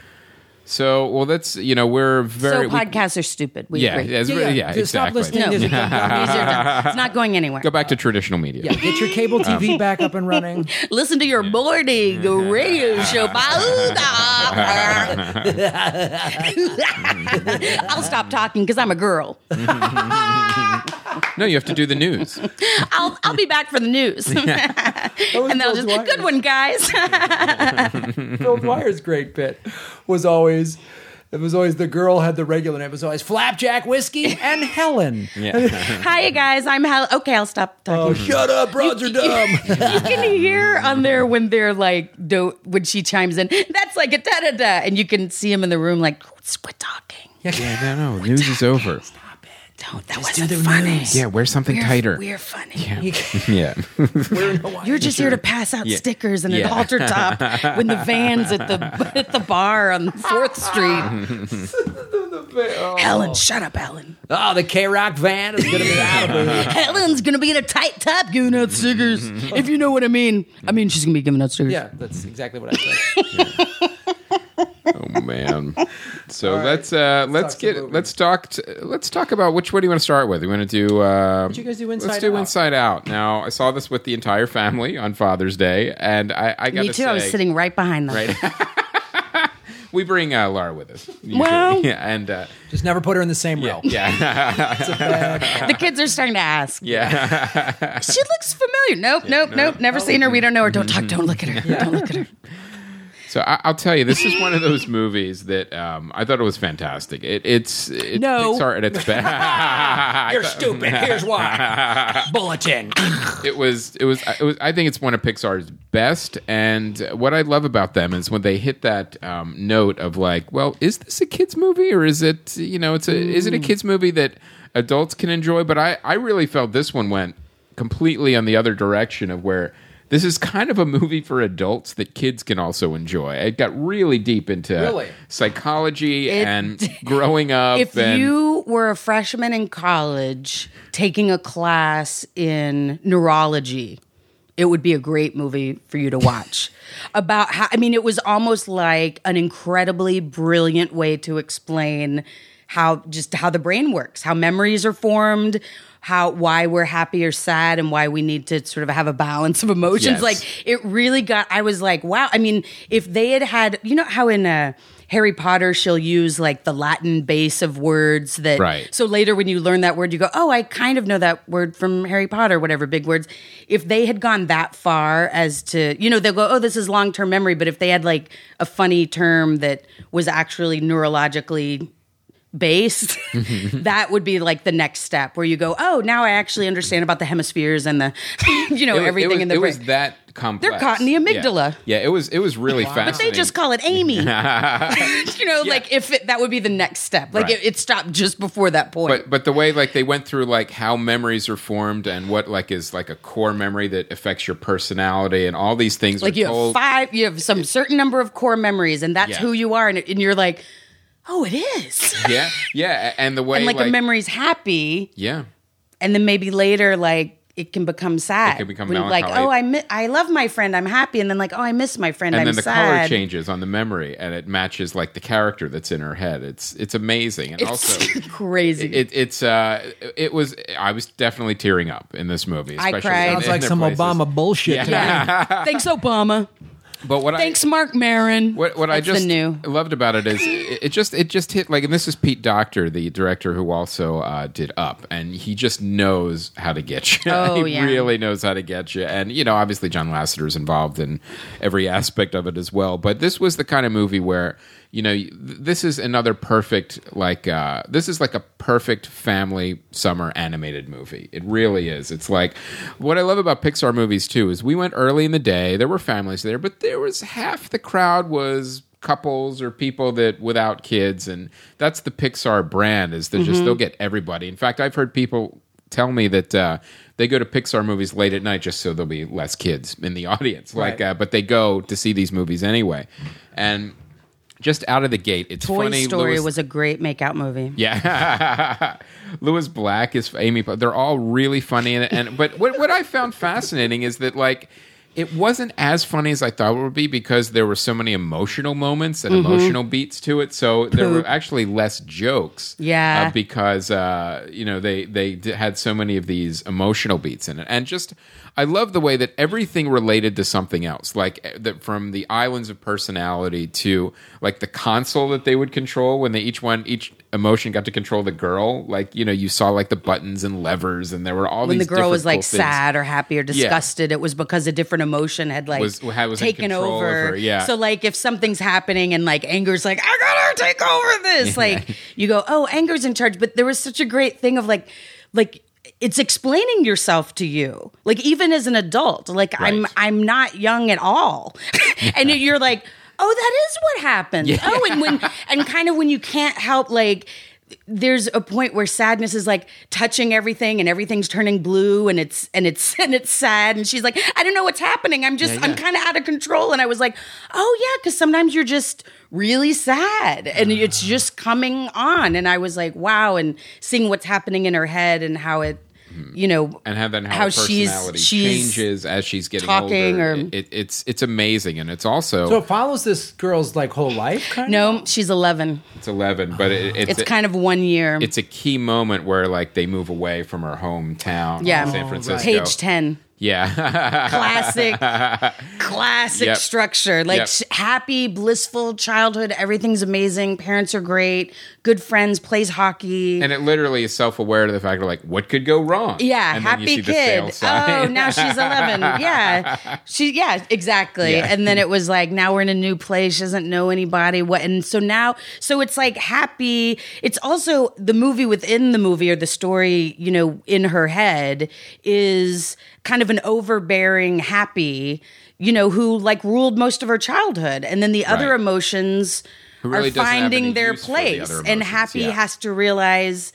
Speaker 3: so well, that's you know we're very
Speaker 1: So
Speaker 3: we-
Speaker 1: podcasts are stupid. We
Speaker 3: yeah,
Speaker 1: agree.
Speaker 3: that's
Speaker 2: Yeah,
Speaker 3: really-
Speaker 2: yeah.
Speaker 3: yeah,
Speaker 2: Just stop
Speaker 3: exactly.
Speaker 2: listening.
Speaker 1: No,
Speaker 2: These are
Speaker 1: these are dumb. it's not going anywhere.
Speaker 3: Go back to traditional media.
Speaker 2: yeah, get your cable tv back up and running
Speaker 1: Listen to your morning radio
Speaker 2: Mm-hmm.
Speaker 1: show. Bauda. I'll stop talking because I'm a girl.
Speaker 3: No, you have to do the news.
Speaker 1: I'll I'll be back for the news, and they'll just good one, guys.
Speaker 2: Bill
Speaker 3: Mm-hmm.
Speaker 2: Dwyer's great bit was always it was always the girl had the regular and it was always flapjack whiskey and Helen.
Speaker 1: Hi, guys. I'm Hal. Okay, I'll stop talking.
Speaker 2: Oh,
Speaker 3: Mm-hmm.
Speaker 2: shut up, broads are dumb.
Speaker 1: you can hear on there when they're like, do when she chimes in, that's like a da da da, and you can see him in the room like, quit talking.
Speaker 3: yeah, no, no, news is over.
Speaker 1: Don't that wasn't funny.
Speaker 3: Yeah, wear something tighter.
Speaker 1: We're funny.
Speaker 3: Yeah,
Speaker 1: You're just here to pass out stickers and an
Speaker 3: Yeah.
Speaker 1: halter top when the van's at the at the bar on Fourth Street. Helen, shut up, Helen.
Speaker 2: Oh, the K Rock van is gonna be out.
Speaker 1: Helen's gonna be in a tight top giving out stickers, if you know what I mean. I mean, she's gonna be giving out stickers.
Speaker 2: yeah, that's exactly what I said.
Speaker 3: oh man. So let's uh, let's get let's talk t- let's talk about which one do you want to start with? You want to do? Uh,
Speaker 2: you guys do
Speaker 3: Let's
Speaker 2: Inside
Speaker 3: do
Speaker 2: Out?
Speaker 3: Inside Out. Now I saw this with the entire family on Father's Day, and I, I got
Speaker 1: Me too. I was sitting right behind them.
Speaker 3: Right. we bring uh, Laura with us. usually.
Speaker 1: Well.
Speaker 3: yeah, and uh,
Speaker 2: Just never put her in the same row.
Speaker 3: yeah,
Speaker 1: The kids are starting to ask.
Speaker 3: yeah.
Speaker 1: She looks familiar. Nope, nope, nope. Never seen her. We don't know her. Don't
Speaker 3: Mm-hmm.
Speaker 1: talk. Don't look at her. Don't look at her.
Speaker 3: So I, I'll tell you, this is one of those movies that um, I thought it was fantastic. It, it's it's
Speaker 2: No.
Speaker 3: Pixar at its best.
Speaker 2: You're stupid. Here's why. Bulletin.
Speaker 3: it was it was it was. I think it's one of Pixar's best. And what I love about them is when they hit that um, note of like, well, is this a kids movie or is it you know it's a is it
Speaker 1: Mm.
Speaker 3: a kids movie that adults can enjoy? But I I really felt this one went completely on the other direction of where. This is kind of a movie for adults that kids can also enjoy. It got really deep into
Speaker 2: Really?
Speaker 3: psychology and growing up.
Speaker 1: If
Speaker 3: and,
Speaker 1: you were a freshman in college taking a class in neurology, it would be a great movie for you to watch. About how, I mean, it was almost like an incredibly brilliant way to explain how just how the brain works, how memories are formed, how why we're happy or sad, and why we need to sort of have a balance of
Speaker 3: Yes.
Speaker 1: emotions. Like it really got i was like wow i mean if they had had you know how in uh harry potter she'll use like the latin base of words that
Speaker 3: Right.
Speaker 1: so later when you learn that word you go oh i kind of know that word from harry potter whatever big words if they had gone that far as to you know they'll go oh this is long-term memory but if they had like a funny term that was actually neurologically based, that would be like the next step where you go, oh, now I actually understand about the hemispheres and the, you know,
Speaker 3: it was- it
Speaker 1: everything
Speaker 3: was-
Speaker 1: in the
Speaker 3: it
Speaker 1: brain.
Speaker 3: was that complex.
Speaker 1: caught in the
Speaker 3: Yeah.
Speaker 1: amygdala.
Speaker 3: Yeah, it was it was really fast.
Speaker 1: but they just call it Amy. you know, like if it, that would be the next step. Like
Speaker 3: Right.
Speaker 1: it, it stopped just before that point.
Speaker 3: But but the way like they went through like how memories are formed and what like is like a core memory that affects your personality and all these things.
Speaker 1: like
Speaker 3: are
Speaker 1: you have
Speaker 3: told-
Speaker 1: five, you have some certain number of core memories, and that's
Speaker 3: Yeah.
Speaker 1: who you are. And, it- and you're like, oh, it is.
Speaker 3: Yeah, yeah, a- and the way
Speaker 1: and like,
Speaker 3: like
Speaker 1: a memory's happy,
Speaker 3: Yeah,
Speaker 1: and then maybe later, like it can become sad. It
Speaker 3: can become
Speaker 1: like,
Speaker 3: melancholy.
Speaker 1: oh, I mi- I love my friend, I'm happy, and then like, oh, I miss my friend,
Speaker 3: and
Speaker 1: I'm
Speaker 3: then the
Speaker 1: sad.
Speaker 3: color changes on the memory and it matches like the character that's in her head. It's it's amazing and
Speaker 1: It's
Speaker 3: also.
Speaker 1: crazy.
Speaker 3: It, it's uh, it was. I was definitely tearing up in this movie.
Speaker 1: I
Speaker 3: especially
Speaker 1: cried.
Speaker 3: in-
Speaker 2: Sounds
Speaker 3: in
Speaker 2: like
Speaker 3: their
Speaker 2: some
Speaker 3: places.
Speaker 2: Obama bullshit. to me.
Speaker 1: yeah. Thanks, Obama.
Speaker 3: But what I,
Speaker 1: Thanks, Mark Maron.
Speaker 3: What what I
Speaker 1: That's the
Speaker 3: just
Speaker 1: new.
Speaker 3: loved about it is it, it just it just hit like and this is Pete Doctor the director who also uh, did Up and he just knows how to get you.
Speaker 1: Oh,
Speaker 3: he
Speaker 1: yeah.
Speaker 3: really knows how to get you and you know obviously John Lasseter's involved in every aspect of it as well but this was the kind of movie where you know th- this is another perfect like uh, this is like a perfect family summer animated movie it really is it's like what I love about Pixar movies too is we went early in the day there were families there but there was half the crowd was couples or people that without kids and that's the Pixar brand is they just they'll get everybody. In fact, I've heard people tell me that uh, they go to Pixar movies late at night just so there'll be less kids in the audience. Like
Speaker 2: Right.
Speaker 3: uh, but they go to see these movies anyway. And just out of the gate, it's
Speaker 1: Toy
Speaker 3: funny
Speaker 1: Story
Speaker 3: Louis-
Speaker 1: was a great makeout movie.
Speaker 3: yeah, Lewis Black is Amy. They're all really funny, and, and but what what I found fascinating is that like it wasn't as funny as I thought it would be because there were so many emotional moments and
Speaker 1: Mm-hmm.
Speaker 3: emotional beats to it. So there were actually less jokes.
Speaker 1: Yeah.
Speaker 3: uh, because uh, you know they they d- had so many of these emotional beats in it, and just I love the way that everything related to something else, like eh, that from the islands of personality to like the console that they would control when they each one each emotion got to control the girl. Like you know you saw like the buttons and levers, and there were all
Speaker 1: when the
Speaker 3: these
Speaker 1: girl was like
Speaker 3: different cool things.
Speaker 1: sad or happy or disgusted, it was because a different emotion had like
Speaker 3: Was- had- was in
Speaker 1: taken
Speaker 3: control of
Speaker 1: over.
Speaker 3: her, yeah.
Speaker 1: So like if something's happening and like anger's like I gotta take over this, like you go oh anger's in charge. But there was such a great thing of like like it's explaining yourself to you like even as an adult like i'm
Speaker 3: Right.
Speaker 1: i'm not young at all and you're like oh that is what happened oh and when and kind of when you can't help like there's a point where sadness is like touching everything and everything's turning blue and it's and it's and it's sad and she's like i don't know what's happening i'm just i'm kind of out of control and i was like oh yeah because sometimes you're just really sad and it's just coming on and i was like wow and seeing what's happening in her head and how it you know
Speaker 3: and how then how,
Speaker 1: How
Speaker 3: her
Speaker 1: she's-
Speaker 3: personality
Speaker 1: she's
Speaker 3: changes as she's getting
Speaker 1: talking
Speaker 3: older.
Speaker 1: or-
Speaker 3: It- it- it's it's amazing, and it's also
Speaker 2: So it follows this girl's like whole life. Kind
Speaker 1: no she's 11
Speaker 3: it's eleven, but it,
Speaker 1: it's kind of one year
Speaker 3: it's a key moment where like they move away from her hometown
Speaker 1: Yeah.
Speaker 3: in San
Speaker 1: Oh,
Speaker 3: Francisco.
Speaker 1: page 10
Speaker 3: Yeah.
Speaker 1: classic classic
Speaker 3: Yep.
Speaker 1: structure like
Speaker 3: Yep.
Speaker 1: sh- happy blissful childhood everything's amazing parents are great good friends plays hockey
Speaker 3: and it literally is self aware to the fact of like, what could go wrong?
Speaker 1: yeah,
Speaker 3: And then you
Speaker 1: happy
Speaker 3: see the sale
Speaker 1: kid.
Speaker 3: sign.
Speaker 1: Oh, now she's 11. Yeah. She yeah, exactly.
Speaker 3: Yeah.
Speaker 1: And then it was like now we're in a new place, she doesn't know anybody what and so now so it's like happy. It's also the movie within the movie or the story, you know, in her head is kind of an overbearing happy, you know, who like ruled most of her childhood and then the other
Speaker 3: Right.
Speaker 1: emotions
Speaker 3: really
Speaker 1: are
Speaker 3: doesn't have any
Speaker 1: finding their
Speaker 3: use for the other
Speaker 1: place and
Speaker 3: emotions,
Speaker 1: happy
Speaker 3: yeah.
Speaker 1: has to realize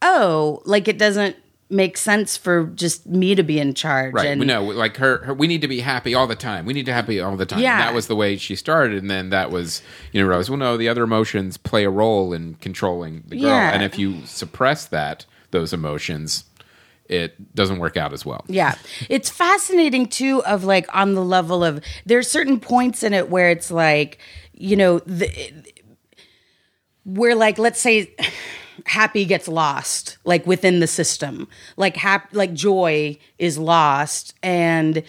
Speaker 1: oh like it doesn't make sense for just me to be in charge
Speaker 3: Right.
Speaker 1: and
Speaker 3: no, like her, her, we need to be happy all the time. We need to happy all the time.
Speaker 1: Yeah.
Speaker 3: And that was the way she started. And then that was, you know, realized, well, no, the other emotions play a role in controlling the girl.
Speaker 1: Yeah.
Speaker 3: And if you suppress that, those emotions, it doesn't work out as well.
Speaker 1: yeah it's fascinating too of like on the level of there's certain points in it where it's like you know the, where like let's say happy gets lost like within the system like hap- like joy is lost and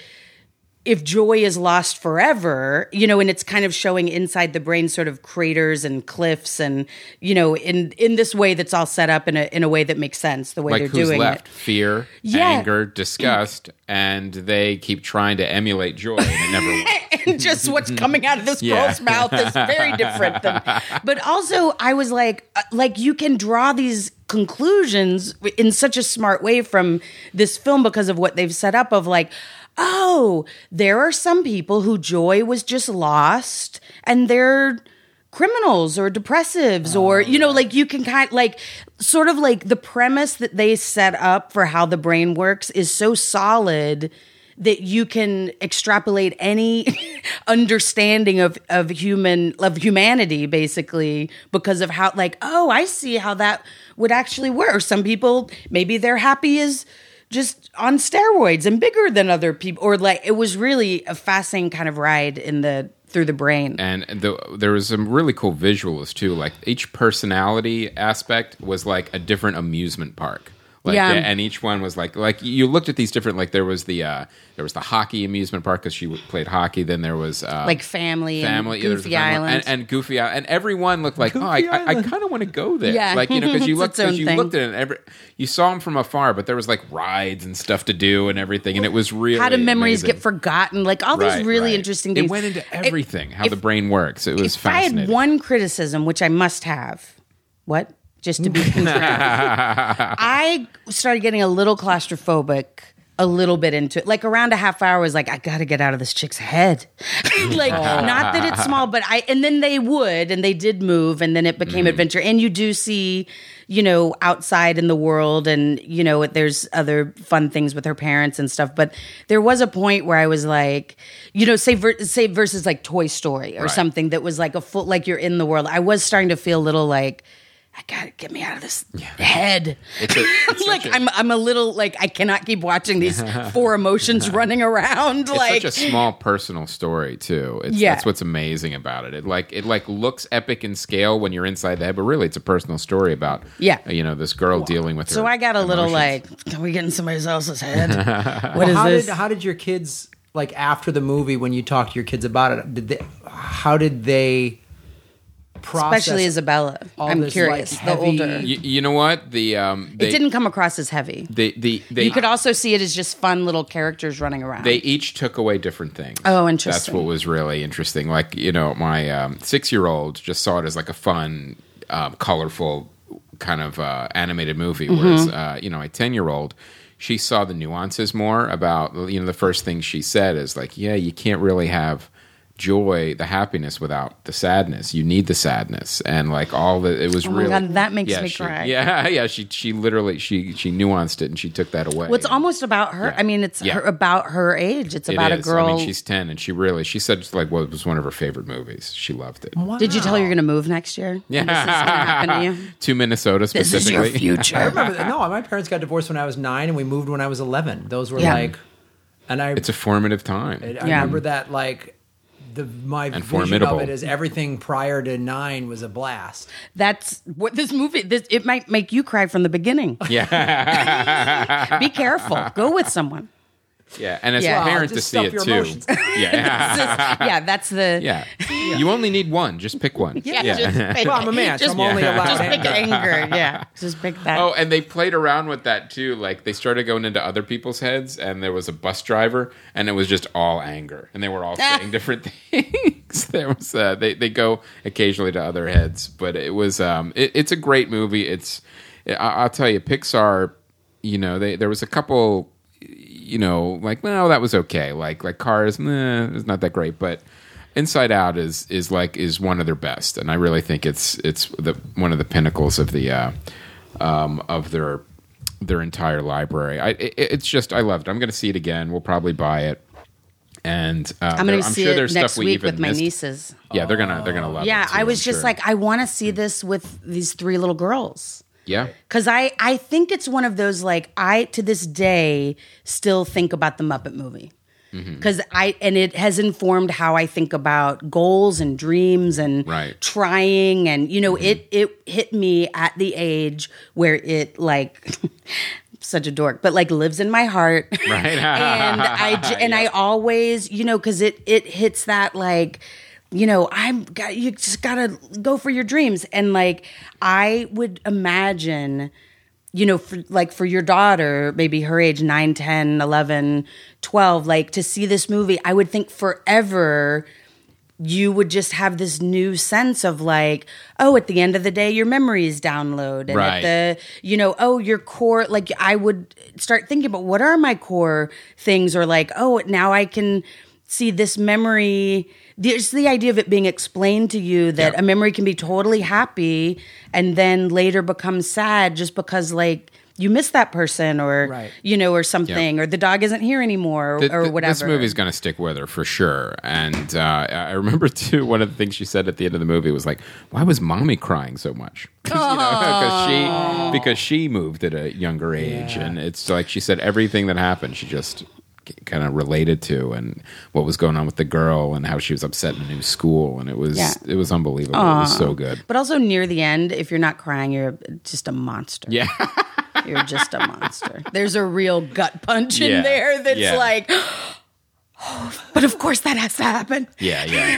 Speaker 1: if joy is lost forever, you know, and it's kind of showing inside the brain sort of craters and cliffs and, you know, in in this way that's all set up in a in a way that makes sense, the way
Speaker 3: Like
Speaker 1: they're
Speaker 3: who's
Speaker 1: doing
Speaker 3: left?
Speaker 1: it.
Speaker 3: Fear,
Speaker 1: Yeah.
Speaker 3: anger, disgust, and they keep trying to emulate joy, and it never works.
Speaker 1: and just what's coming out of this
Speaker 3: Yeah.
Speaker 1: girl's mouth is very different than but also i was like uh, like you can draw these conclusions w- in such a smart way from this film because of what they've set up of like oh there are some people who joy was just lost and they're criminals or depressives or you know like you can kind like sort of like the premise that they set up for how the brain works is so solid that you can extrapolate any understanding of of human of humanity basically because of how like oh i see how that would actually work Or some people maybe they're happy is just on steroids and bigger than other people or like it was really a fascinating kind of ride in the through the brain
Speaker 3: and the, there was some really cool visuals too. Like each personality aspect was like a different amusement park. Like,
Speaker 1: Yeah.
Speaker 3: and each one was like like you looked at these different like there was the uh there was the hockey amusement park because she w- played hockey. Then there was uh,
Speaker 1: like family,
Speaker 3: family,
Speaker 1: and
Speaker 3: yeah, there was
Speaker 1: Goofy
Speaker 3: a family-
Speaker 1: Island.
Speaker 3: and, and Goofy Island, and everyone looked like oh I
Speaker 2: Goofy
Speaker 3: I, I
Speaker 2: Island.
Speaker 3: kind of want to go there.
Speaker 1: Yeah.
Speaker 3: like you know because you
Speaker 1: It's
Speaker 3: looked
Speaker 1: its own
Speaker 3: because you
Speaker 1: thing.
Speaker 3: looked at it and every you saw them from afar, but there was like rides and stuff to do and everything, and it was really
Speaker 1: how do memories
Speaker 3: amazing.
Speaker 1: get forgotten? Like all these
Speaker 3: Right,
Speaker 1: really
Speaker 3: right.
Speaker 1: interesting
Speaker 3: It
Speaker 1: things.
Speaker 3: went into
Speaker 1: It-
Speaker 3: everything, how
Speaker 1: if-
Speaker 3: the brain works. It was
Speaker 1: if I
Speaker 3: fascinating.
Speaker 1: had one criticism, which I must have, what? Just to be clear, I started getting a little claustrophobic a little bit into it. Like around a half hour I was like, I gotta get out of this chick's head. like not that it's small, but I and then they would and they did move and then it became adventure. And you do see, you know, outside in the world and you know there's other fun things with her parents and stuff. But there was a point where I was like, you know, say ver- say versus like Toy Story or
Speaker 3: Right.
Speaker 1: something that was like a full like you're in the world. I was starting to feel a little like I gotta get me out of this head.
Speaker 3: It's a- it's
Speaker 1: like
Speaker 3: such a-
Speaker 1: I'm, I'm a little like I cannot keep watching these four emotions running around.
Speaker 3: it's
Speaker 1: like
Speaker 3: such a small personal story too. It's,
Speaker 1: Yeah.
Speaker 3: that's what's amazing about it. It like it like looks epic in scale when you're inside the head, but really it's a personal story about
Speaker 1: Yeah.
Speaker 3: you know this girl dealing with.
Speaker 1: so
Speaker 3: her
Speaker 1: I got a little
Speaker 3: emotions.
Speaker 1: like, can we get in somebody else's head? What is
Speaker 2: how
Speaker 1: this?
Speaker 2: did how did your kids like after the movie when you talked to your kids about it? Did they how did they process?
Speaker 1: Especially Isabella.
Speaker 2: all
Speaker 1: I'm
Speaker 2: this,
Speaker 1: curious.
Speaker 2: like,
Speaker 1: the
Speaker 2: heavy-
Speaker 1: older,
Speaker 3: you, you know what the um they
Speaker 1: it didn't come across as heavy.
Speaker 3: they, the they
Speaker 1: you could also see it as just fun little characters running around.
Speaker 3: they each took away different things.
Speaker 1: Oh, interesting.
Speaker 3: That's what was really interesting. Like you know, my um, six-year-old just saw it as like a fun, um, colorful kind of uh, animated movie,
Speaker 1: Mm-hmm.
Speaker 3: whereas uh, you know, a ten-year-old. She saw the nuances more about you know the first thing she said is like yeah you can't really have joy the happiness without the sadness you need the sadness and like all the it was
Speaker 1: Oh my
Speaker 3: really
Speaker 1: God, that makes
Speaker 3: yeah,
Speaker 1: me
Speaker 3: she-
Speaker 1: cry.
Speaker 3: yeah yeah she she literally she she nuanced it and she took that away
Speaker 1: well, it's almost about her. I mean, it's
Speaker 3: Yeah.
Speaker 1: her, about her age. It's
Speaker 3: it
Speaker 1: about a
Speaker 3: is.
Speaker 1: girl.
Speaker 3: I mean, she's ten, and she really she said like what was one of her favorite movies. She loved it.
Speaker 1: did you tell her you're going to move next year? Yeah, this is going to happen to you.
Speaker 3: To Minnesota
Speaker 1: This is your
Speaker 3: specifically.
Speaker 2: I
Speaker 1: future.
Speaker 2: remember that. No, my parents got divorced when I was nine, and we moved when I was eleven. Those were
Speaker 1: Yeah.
Speaker 2: like, and I
Speaker 3: it's a formative time.
Speaker 2: I
Speaker 1: Yeah.
Speaker 2: remember that like the my vision
Speaker 3: formidable.
Speaker 2: of it is everything prior to nine was a blast.
Speaker 1: That's what this movie. This it might make you cry from the beginning.
Speaker 3: yeah,
Speaker 1: Be careful. Go with someone.
Speaker 3: Yeah, and as
Speaker 1: Yeah.
Speaker 3: a
Speaker 1: Wow,
Speaker 3: parent to
Speaker 2: just
Speaker 3: see
Speaker 2: stuff
Speaker 3: it
Speaker 2: your
Speaker 3: too.
Speaker 2: emotions.
Speaker 3: Yeah.
Speaker 1: yeah, that's the.
Speaker 3: yeah. You only need one. Just pick one.
Speaker 1: Yeah, just pick,
Speaker 2: Well, I'm a man, so
Speaker 1: Just,
Speaker 2: I'm only allowed
Speaker 1: just
Speaker 2: anger.
Speaker 1: pick anger. Yeah, just pick that.
Speaker 3: Oh, and they played around with that too. Like they started going into other people's heads, and there was a bus driver, and it was just all anger, and they were all saying different things. There was uh, they they go occasionally to other heads, but it was um it, it's a great movie. It's I, I'll tell you, Pixar. You know, they there was a couple. You know, like no, that was okay. Like like Cars, nah, it's not that great, but. Inside Out is is like is one of their best, and I really think it's it's the one of the pinnacles of the uh, um, of their their entire library. I, it, it's just I loved. it. I'm going to see it again. We'll probably buy it, and uh,
Speaker 1: I'm going
Speaker 3: there-
Speaker 1: to see
Speaker 3: sure
Speaker 1: it
Speaker 3: there's
Speaker 1: next
Speaker 3: stuff we
Speaker 1: week
Speaker 3: even
Speaker 1: with my
Speaker 3: missed.
Speaker 1: nieces.
Speaker 3: Yeah, they're gonna they're gonna love it.
Speaker 1: Yeah,
Speaker 3: too,
Speaker 1: I was
Speaker 3: I'm
Speaker 1: just
Speaker 3: sure.
Speaker 1: like, I want to see this with these three little girls.
Speaker 3: yeah.
Speaker 1: Cause I, I think it's one of those like I to this day still think about the Muppet movie.
Speaker 3: Mm-hmm.
Speaker 1: Cause I and it has informed how I think about goals and dreams and
Speaker 3: Right. Mm-hmm.
Speaker 1: trying and you know it it hit me at the age where it like such a dork but like lives in my heart
Speaker 3: Right.
Speaker 1: and I j- and I always, you know, because it it hits that like, you know, I'm got you just gotta go for your dreams, and like I would imagine, you know, for like for your daughter, maybe her age 9, 10, 11, 12, like to see this movie, I would think forever you would just have this new sense of like, oh, at the end of the day, your memories download. And
Speaker 3: Right.
Speaker 1: at the, you know, oh, your core, like I would start thinking about what are my core things or like, oh, now I can see this memory. There's the idea of it being explained to you that
Speaker 3: Yeah.
Speaker 1: a memory can be totally happy and then later become sad just because like you miss that person or,
Speaker 2: Right.
Speaker 1: you know, or something, or the dog isn't here anymore or,
Speaker 3: Th-
Speaker 1: or
Speaker 3: th-
Speaker 1: whatever.
Speaker 3: This movie's going to stick with her for sure. And uh, I remember too, one of the things she said at the end of the movie was like, "Why was mommy crying so much?" Because she because she moved at a younger age, and it's like she said everything that happened, she just kind of related to and what was going on with the girl and how she was upset in a new school and it was
Speaker 1: Yeah.
Speaker 3: it was unbelievable it was so good
Speaker 1: But also near the end, if you're not crying, you're just a monster.
Speaker 3: yeah
Speaker 1: You're just a monster. There's a real gut punch
Speaker 3: Yeah.
Speaker 1: in there that's
Speaker 3: Yeah.
Speaker 1: like, but of course that has to happen.
Speaker 3: yeah yeah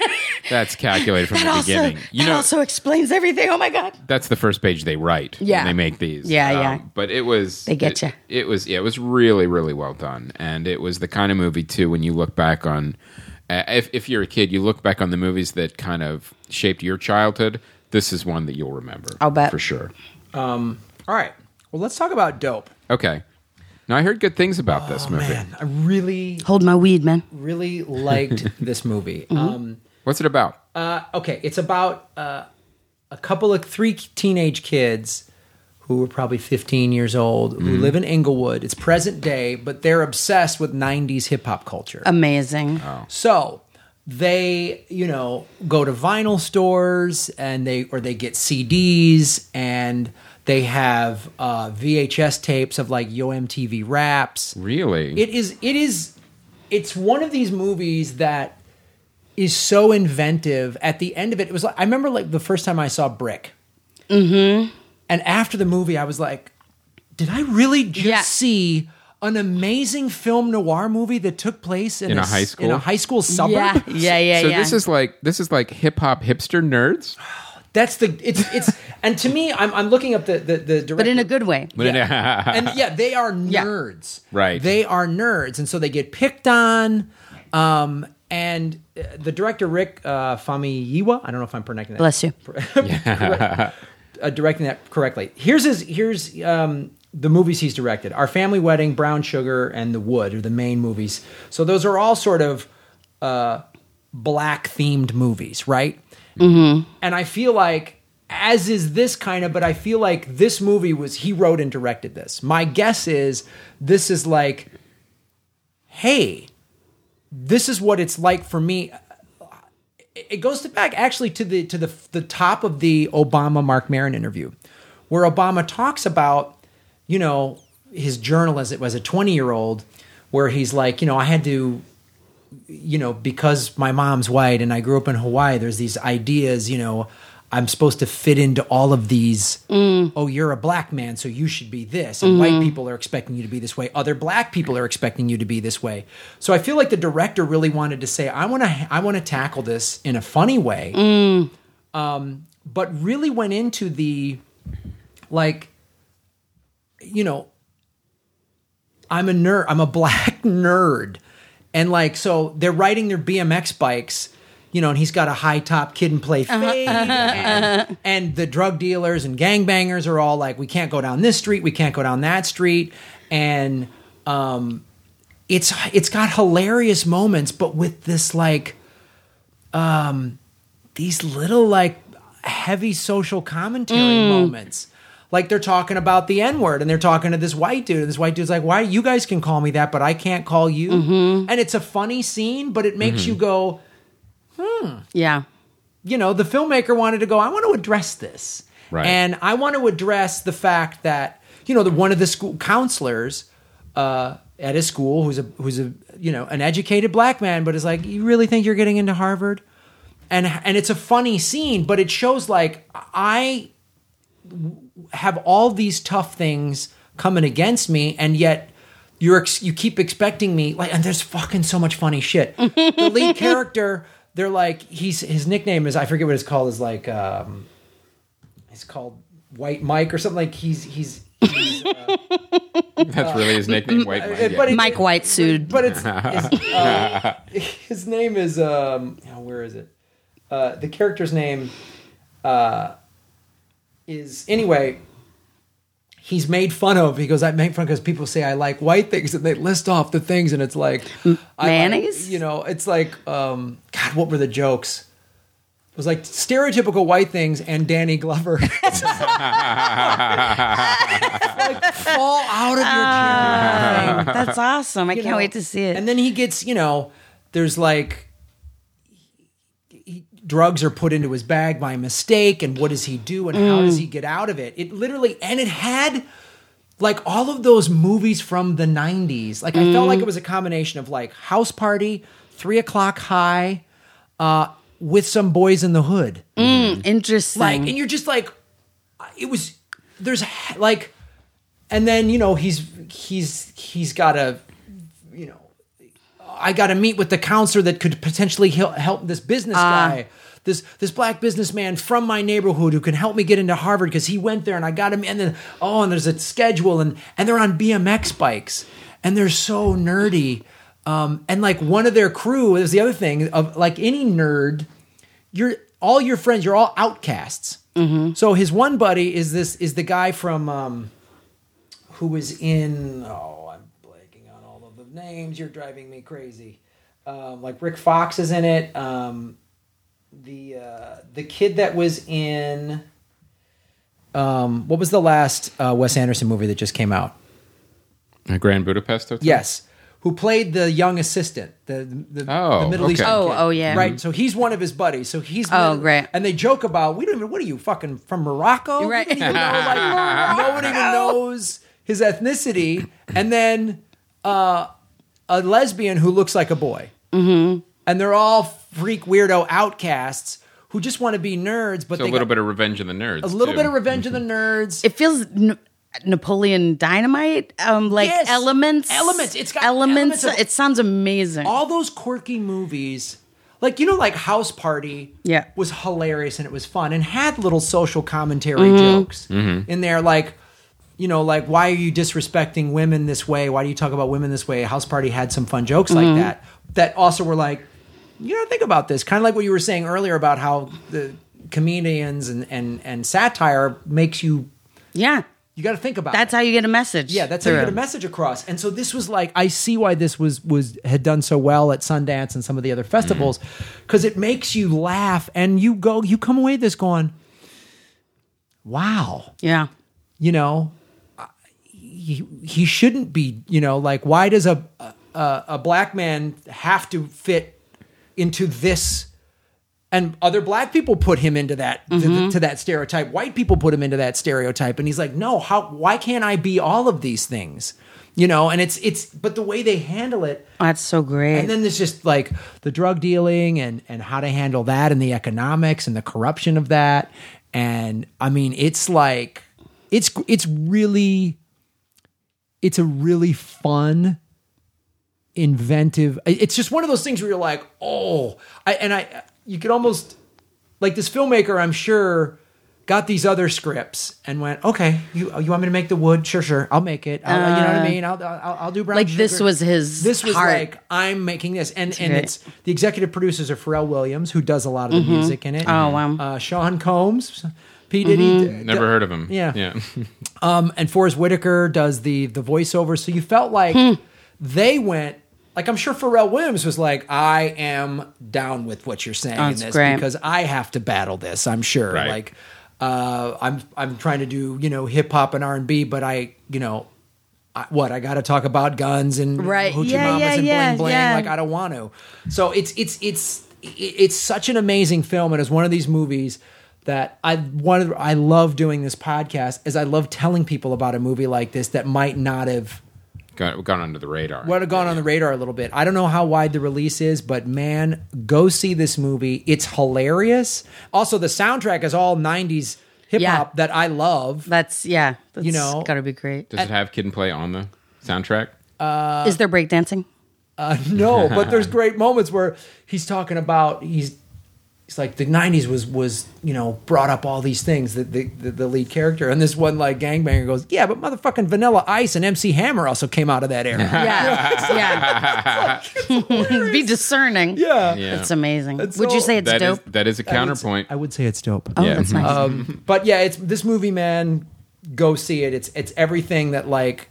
Speaker 3: that's calculated from
Speaker 1: That
Speaker 3: the
Speaker 1: also,
Speaker 3: beginning
Speaker 1: that also explains everything. Oh my god!
Speaker 3: that's the first page they write
Speaker 1: Yeah.
Speaker 3: when they make these. Um,
Speaker 1: Yeah, yeah.
Speaker 3: But it was
Speaker 1: They get
Speaker 3: it-
Speaker 1: ya.
Speaker 3: It was yeah, it was really really well done, and it was the kind of movie too when you look back on. Uh, if if you're a kid, you look back on the movies that kind of shaped your childhood. This is one that you'll remember.
Speaker 1: I'll bet.
Speaker 3: for sure.
Speaker 2: All right. Well, let's talk about dope.
Speaker 3: Okay. Now I heard good things about this movie.
Speaker 2: Oh, Man, I really,
Speaker 1: Hold my weed, man.
Speaker 2: really liked this movie.
Speaker 1: Mm-hmm.
Speaker 2: Um,
Speaker 3: What's it about?
Speaker 1: Uh,
Speaker 2: Uh, okay, it's about uh, a couple of three teenage kids who were probably 15 years old who live in Inglewood. It's present day, but they're obsessed with 90s hip hop culture.
Speaker 1: Oh. Amazing.
Speaker 3: Oh.
Speaker 2: So they, you know, go to vinyl stores and they or they get CDs and they have uh, VHS tapes of like Yo MTV raps.
Speaker 3: really?
Speaker 2: It is it is it's one of these movies that is so inventive. At the end of it, it was like I remember like the first time I saw Brick. Mm-hmm. And after the movie, I was like, did I really just
Speaker 1: Yeah.
Speaker 2: see an amazing film noir movie that took place in,
Speaker 3: In a
Speaker 2: s-
Speaker 3: high
Speaker 2: in a
Speaker 3: school?
Speaker 2: high school suburb?
Speaker 1: Yeah, yeah, yeah,
Speaker 3: so
Speaker 1: yeah.
Speaker 3: this is like this is like hip hop hipster nerds.
Speaker 2: That's the it's it's and to me, I'm I'm looking up the the, the director.
Speaker 1: but in a good way.
Speaker 2: Yeah. and yeah, they are nerds.
Speaker 3: Right.
Speaker 2: They are nerds. And so they get picked on. Um, and uh, the director, Rick uh, Famuyiwa, I don't know if I'm pronouncing that
Speaker 1: Bless you.
Speaker 2: uh, directing that correctly. Here's his here's um, the movies he's directed: Our Family Wedding, Brown Sugar, and The Wood are the main movies. So those are all sort of uh, black themed movies, right? Mm-hmm. And I feel like, as is this kind of, but I feel like this movie was he wrote and directed this. My guess is this is like, hey, this is what it's like for me it goes to back actually to the to the the top of the Obama Mark Maron interview, where Obama talks about you know his journal as it was a twenty year old, where he's like you know I had to you know because my mom's white and I grew up in Hawaii. There's these ideas you know. I- I'm supposed to fit into all of these. Oh, you're a black man, so you should be this. And white people are expecting you to be this way. Other black people are expecting you to be this way. So I feel like the director really wanted to say, I want to, I want to tackle this in a funny way, um, but really went into the, like, you know, I'm a nerd. I'm a black nerd. And like, so they're riding their BMX bikes, you know, and he's got a high top kid and play fade. and, and the drug dealers and gangbangers are all like, we can't go down this street. We can't go down that street. And, um, it's, it's got hilarious moments, but with this like, um, these little like heavy social commentary moments. Like they're talking about the N word and they're talking to this white dude, and this white dude's like, Why you guys can call me that, but I can't call you? And it's a funny scene, but it makes you go,
Speaker 1: Yeah.
Speaker 2: you know, the filmmaker wanted to go, I want to address this.
Speaker 3: Right.
Speaker 2: And I want to address the fact that, you know, the, one of the school counselors uh, at his school who's a, who's a, you know, an educated black man, but is like, you really think you're getting into Harvard? And, and it's a funny scene, but it shows like I have all these tough things coming against me, and yet you're ex- you keep expecting me like, and there's fucking so much funny shit. the lead character, they're like, he's his nickname is I forget what it's called is like, um, it's called White Mike or something like he's he's. he's uh,
Speaker 3: That's really his nickname, White Mike.
Speaker 2: but it-
Speaker 1: Mike White sued.
Speaker 2: but it's, it's uh, his name is um oh, where is it uh the character's name uh is anyway he's made fun of he goes i make fun because people say i like white things and they list off the things and it's like I like-
Speaker 1: mayonnaise?
Speaker 2: you know it's like um god what were the jokes it was like stereotypical white things and Danny Glover. It's just like, like, fall out of your chair.
Speaker 1: That's awesome. I
Speaker 2: You
Speaker 1: can't
Speaker 2: know,
Speaker 1: wait to see it.
Speaker 2: And then he gets, you know, there's like he- he- drugs are put into his bag by mistake, and what does he do, and how does he get out of it? It literally, and it had like all of those movies from the '90s. Like I felt like it was a combination of like House Party, Three O'clock High, uh, with some boys in the hood.
Speaker 1: Mm, Interesting.
Speaker 2: Like, and you're just like, it was. There's like, and then you know he's he's he's got a, you know, I got to meet with the counselor that could potentially hel- help this business guy. This, this black businessman from my neighborhood who can help me get into Harvard because he went there and I got him and then oh and there's a schedule and and they're on BMX bikes and they're so nerdy um, and like one of their crew is the other thing of like any nerd you're all your friends you're all outcasts so his one buddy is this is the guy from um who was in oh i'm blanking on all of the names you're driving me crazy um like rick fox is in it um the uh the kid that was in um what was the last uh wes anderson movie that just came out
Speaker 3: A Grand Budapest Hotel?
Speaker 2: Yes. Who played the young assistant, the the,
Speaker 3: Oh,
Speaker 2: the Middle
Speaker 3: okay.
Speaker 2: Eastern
Speaker 1: Oh,
Speaker 2: kid.
Speaker 1: oh, yeah.
Speaker 2: right. So he's one of his buddies. So he's
Speaker 1: Oh,
Speaker 2: Middle-
Speaker 1: great.
Speaker 2: And they joke about we don't even. What are you fucking from Morocco? We
Speaker 1: Right.
Speaker 2: don't even know, like, no one even knows his ethnicity. And then uh, a lesbian who looks like a boy, mm-hmm. and they're all freak weirdo outcasts who just want to be nerds, but
Speaker 3: So a
Speaker 2: they
Speaker 3: little
Speaker 2: got
Speaker 3: bit of Revenge of Mm-hmm. the Nerds.
Speaker 2: a little bit of Revenge of the Nerds.
Speaker 1: it feels N- Napoleon Dynamite, um, like
Speaker 2: Yes.
Speaker 1: elements,
Speaker 2: Elements. It's got elements
Speaker 1: elements.
Speaker 2: of-
Speaker 1: it sounds amazing.
Speaker 2: all those quirky movies like you know like house party
Speaker 1: Yeah.
Speaker 2: was hilarious and it was fun and had little social commentary
Speaker 1: Mm-hmm.
Speaker 2: jokes in there like you know like why are you disrespecting women this way why do you talk about women this way house party had some fun jokes
Speaker 1: Mm-hmm.
Speaker 2: like that that also were like you know think about this kind of like what you were saying earlier about how the comedians and and, and satire makes you
Speaker 1: yeah,
Speaker 2: you got to think about it.
Speaker 1: that's how you get a message.
Speaker 2: Yeah, that's how you
Speaker 1: through.
Speaker 2: get a message across. And so this was like I see why this was was had done so well at Sundance and some of the other festivals because it makes you laugh and you go you come away this going, wow,
Speaker 1: Yeah,
Speaker 2: you know, I- he, he shouldn't be, you know, like why does a, a a black man have to fit into this? And other black people put him into that to- to, that stereotype. White people put him into that stereotype, and he's like, no, how? Why can't I be all of these things? You know, and it's it's but the way they handle it
Speaker 1: Oh, that's so great.
Speaker 2: and then there's just like the drug dealing and and how to handle that and the economics and the corruption of that and i mean it's like it's it's really it's a really fun inventive it- it's just one of those things where you're like oh I, and i you could almost like this filmmaker i'm sure got these other scripts and went okay you you want me to make the wood sure sure i'll make it I'll, you know what i mean i'll i'll, I'll do brown
Speaker 1: Uh, like this
Speaker 2: sugar."
Speaker 1: was his
Speaker 2: this was
Speaker 1: heart.
Speaker 2: like I'm making this, and and
Speaker 1: great.
Speaker 2: it's the executive producers are Pharrell Williams, who does a lot of the music in it.
Speaker 1: Oh, wow. Mm-hmm.
Speaker 2: Uh, Sean Combs, P Diddy, d-
Speaker 3: Never
Speaker 2: d-
Speaker 3: heard of him.
Speaker 2: Yeah.
Speaker 3: Yeah.
Speaker 2: um, and Forrest Whitaker does the the voiceover. So you felt like
Speaker 1: Hmm.
Speaker 2: they went. Like I'm sure Pharrell Williams was like, I am down with what you're saying
Speaker 1: Oh,
Speaker 2: in
Speaker 1: it's
Speaker 2: this
Speaker 1: great.
Speaker 2: because I have to battle this. I'm sure.
Speaker 3: Right.
Speaker 2: Like, uh, I'm I'm trying to do you know hip hop and R and B, but I you know. I, what I got to talk about guns and
Speaker 1: Right.
Speaker 2: hoochie
Speaker 1: Yeah,
Speaker 2: mamas
Speaker 1: yeah,
Speaker 2: and
Speaker 1: yeah,
Speaker 2: bling bling.
Speaker 1: yeah.
Speaker 2: Like I don't want to. So it's it's it's it's such an amazing film, and it's one of these movies that I one of the- I love doing this podcast is I love telling people about a movie like this that might not have
Speaker 3: Gone, gone under the radar.
Speaker 2: would have gone on the radar a little bit. I don't know how wide the release is, but man, go see this movie. It's hilarious. Also, the soundtrack is all '90s hip
Speaker 1: Yeah.
Speaker 2: hop that I love.
Speaker 1: that's yeah. That's
Speaker 2: You know-
Speaker 1: gotta be great.
Speaker 3: Does it have Kid and Play on the soundtrack?
Speaker 2: uh,
Speaker 1: Is there breakdancing?
Speaker 2: no, but there's great moments where he's talking about he's he's like the '90s was was you know brought up all these things that the, the the lead character and this one like gangbanger goes yeah, but motherfucking Vanilla Ice and MC Hammer also came out of that era.
Speaker 1: Yeah, yeah. be discerning.
Speaker 2: yeah,
Speaker 3: Yeah.
Speaker 1: It's amazing.
Speaker 2: It's
Speaker 1: Would
Speaker 2: so-
Speaker 1: you say it's
Speaker 3: That is-
Speaker 1: dope?
Speaker 3: that is a counterpoint.
Speaker 2: I would say it's dope.
Speaker 1: oh,
Speaker 3: yeah. mm-hmm.
Speaker 1: that's nice.
Speaker 2: Um, but yeah, it's this movie, man. Go see it. It's it's everything that like.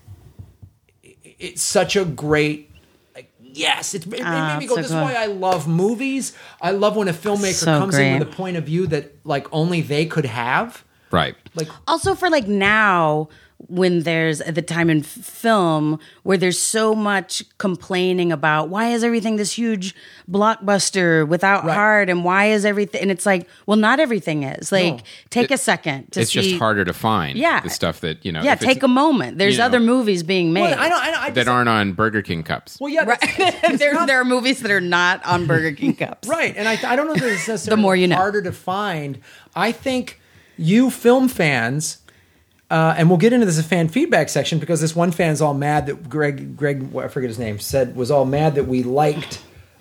Speaker 2: i- It's such a great. like Yes, it, it made
Speaker 1: Ah,
Speaker 2: me go.
Speaker 1: so
Speaker 2: this
Speaker 1: good.
Speaker 2: is why I love movies. I love when a filmmaker
Speaker 1: So
Speaker 2: comes in
Speaker 1: great.
Speaker 2: with a point of view that like only they could have.
Speaker 3: Right.
Speaker 2: Like
Speaker 1: also for like now when there's at the time in f- film where there's so much complaining about why is everything this huge blockbuster without
Speaker 2: Right.
Speaker 1: heart and why is everything and it's like well not everything is like
Speaker 2: No.
Speaker 1: take a second to
Speaker 3: It's
Speaker 1: see
Speaker 3: just harder to find
Speaker 1: Yeah.
Speaker 3: the stuff that, you know,
Speaker 1: yeah
Speaker 3: if it's-
Speaker 1: take a moment there's
Speaker 3: you know.
Speaker 1: other movies being made
Speaker 2: well, I know, I know. I just,
Speaker 3: that aren't on Burger King cups.
Speaker 2: well, yeah, that's-
Speaker 1: there, there are movies that are not on Burger King cups
Speaker 2: Right. And I, I don't know that it's necessarily
Speaker 1: more you know.
Speaker 2: harder to find. I think you film fans, uh, and we'll get into this in fan feedback section because this one fan's all mad that Greg, Greg, I forget his name, said was all mad that we liked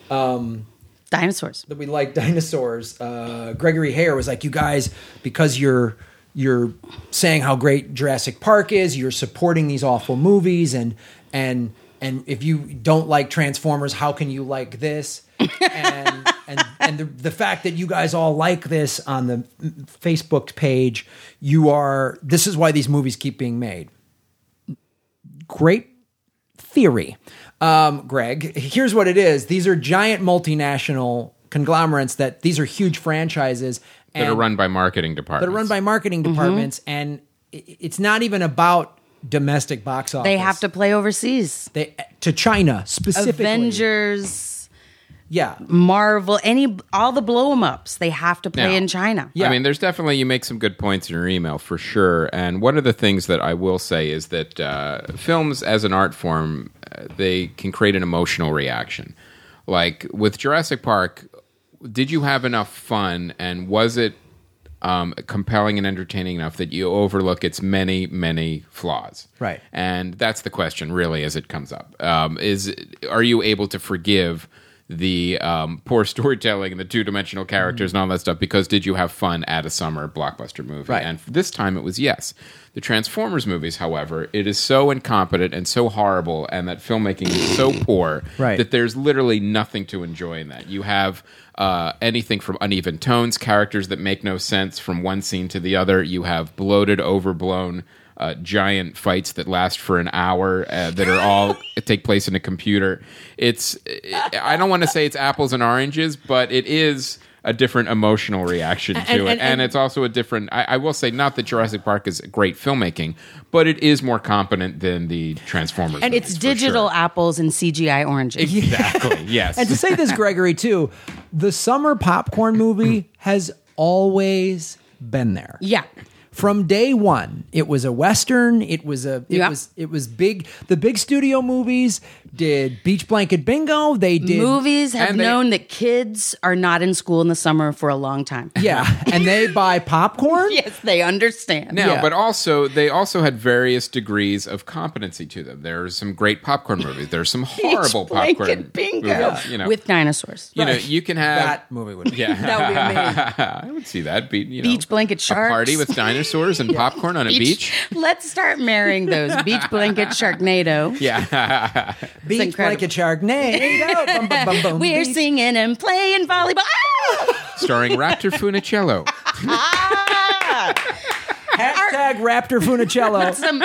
Speaker 1: dinosaurs
Speaker 2: that we like dinosaurs. Uh, Gregory Hare was like, "You guys, because you're you're saying how great Jurassic Park is, you're supporting these awful movies, and and and if you don't like Transformers, how can you like this?" and and, and the, the fact that you guys all like this on the Facebook page, you are this is why these movies keep being made. Great theory. Um, Greg, here's what it is. These are giant multinational conglomerates that these are huge franchises
Speaker 3: that are
Speaker 2: and-
Speaker 3: run Mm-hmm. by marketing departments.
Speaker 2: that are run by marketing departments and i- it's not even about domestic box office.
Speaker 1: they have to play overseas
Speaker 2: They- to China specifically.
Speaker 1: Avengers
Speaker 2: Yeah.
Speaker 1: Marvel any all the blow 'em ups they have to play
Speaker 3: Now.
Speaker 1: in China
Speaker 2: Yeah.
Speaker 3: I mean, there's definitely you make some good points in your email for sure. And one of the things that I will say is that uh, films as an art form, uh, they can create an emotional reaction. Like with Jurassic Park, did you have enough fun, and was it um, compelling and entertaining enough that you overlook its many, many flaws?
Speaker 2: Right.
Speaker 3: and that's the question really as it comes up um, is are you able to forgive the um, poor storytelling and the two-dimensional characters and all that stuff because did you have fun at a summer blockbuster movie
Speaker 2: Right.
Speaker 3: and this time it was yes the transformers movies however it is so incompetent and so horrible and that filmmaking is so poor
Speaker 2: Right.
Speaker 3: that there's literally nothing to enjoy in that you have uh, anything from uneven tones characters that make no sense from one scene to the other you have bloated overblown uh, giant fights that last for an hour uh, that are all take place in a computer. It's I don't want to say it's apples and oranges, but it is a different emotional reaction to
Speaker 2: And-
Speaker 3: it,
Speaker 2: and-
Speaker 3: and,
Speaker 2: and-
Speaker 3: it's also a different. I, I will say not that Jurassic Park is great filmmaking, but it is more competent than the Transformers.
Speaker 1: And it's digital apples and CGI oranges.
Speaker 3: exactly. Yes,
Speaker 2: And to say this, Gregory, too, the summer popcorn movie has always been there.
Speaker 1: yeah.
Speaker 2: From day one, it was a western. It was a it
Speaker 1: Yeah.
Speaker 2: was it was big. The big studio movies did Beach Blanket Bingo. They did
Speaker 1: Movies have
Speaker 3: and they-
Speaker 1: known that kids are not in school in the summer for a long time.
Speaker 2: Yeah, and they buy popcorn.
Speaker 1: yes, they understand.
Speaker 3: Now,
Speaker 2: Yeah.
Speaker 3: but also they also had various degrees of competency to them. There are some great popcorn movies. There are some horrible
Speaker 1: Blanket
Speaker 3: popcorn
Speaker 1: bingo
Speaker 3: movies. You know,
Speaker 1: with dinosaurs.
Speaker 3: you know, you can have
Speaker 2: That movie would
Speaker 3: yeah.
Speaker 1: That would be amazing.
Speaker 3: I would see that. Be, you know,
Speaker 1: Beach blanket
Speaker 3: a
Speaker 1: sharks.
Speaker 3: party with dinosaurs and popcorn on a beach.
Speaker 1: Let's start marrying those beach blanket sharknado.
Speaker 3: Yeah,
Speaker 2: Beach
Speaker 1: incredible.
Speaker 2: Blanket Sharknado. Bum, bum, bum, bum,
Speaker 1: We're
Speaker 2: beach.
Speaker 1: singing and playing volleyball. Ah!
Speaker 3: starring Raptor Funicello.
Speaker 2: Hashtag Raptor Funicello.
Speaker 1: Some,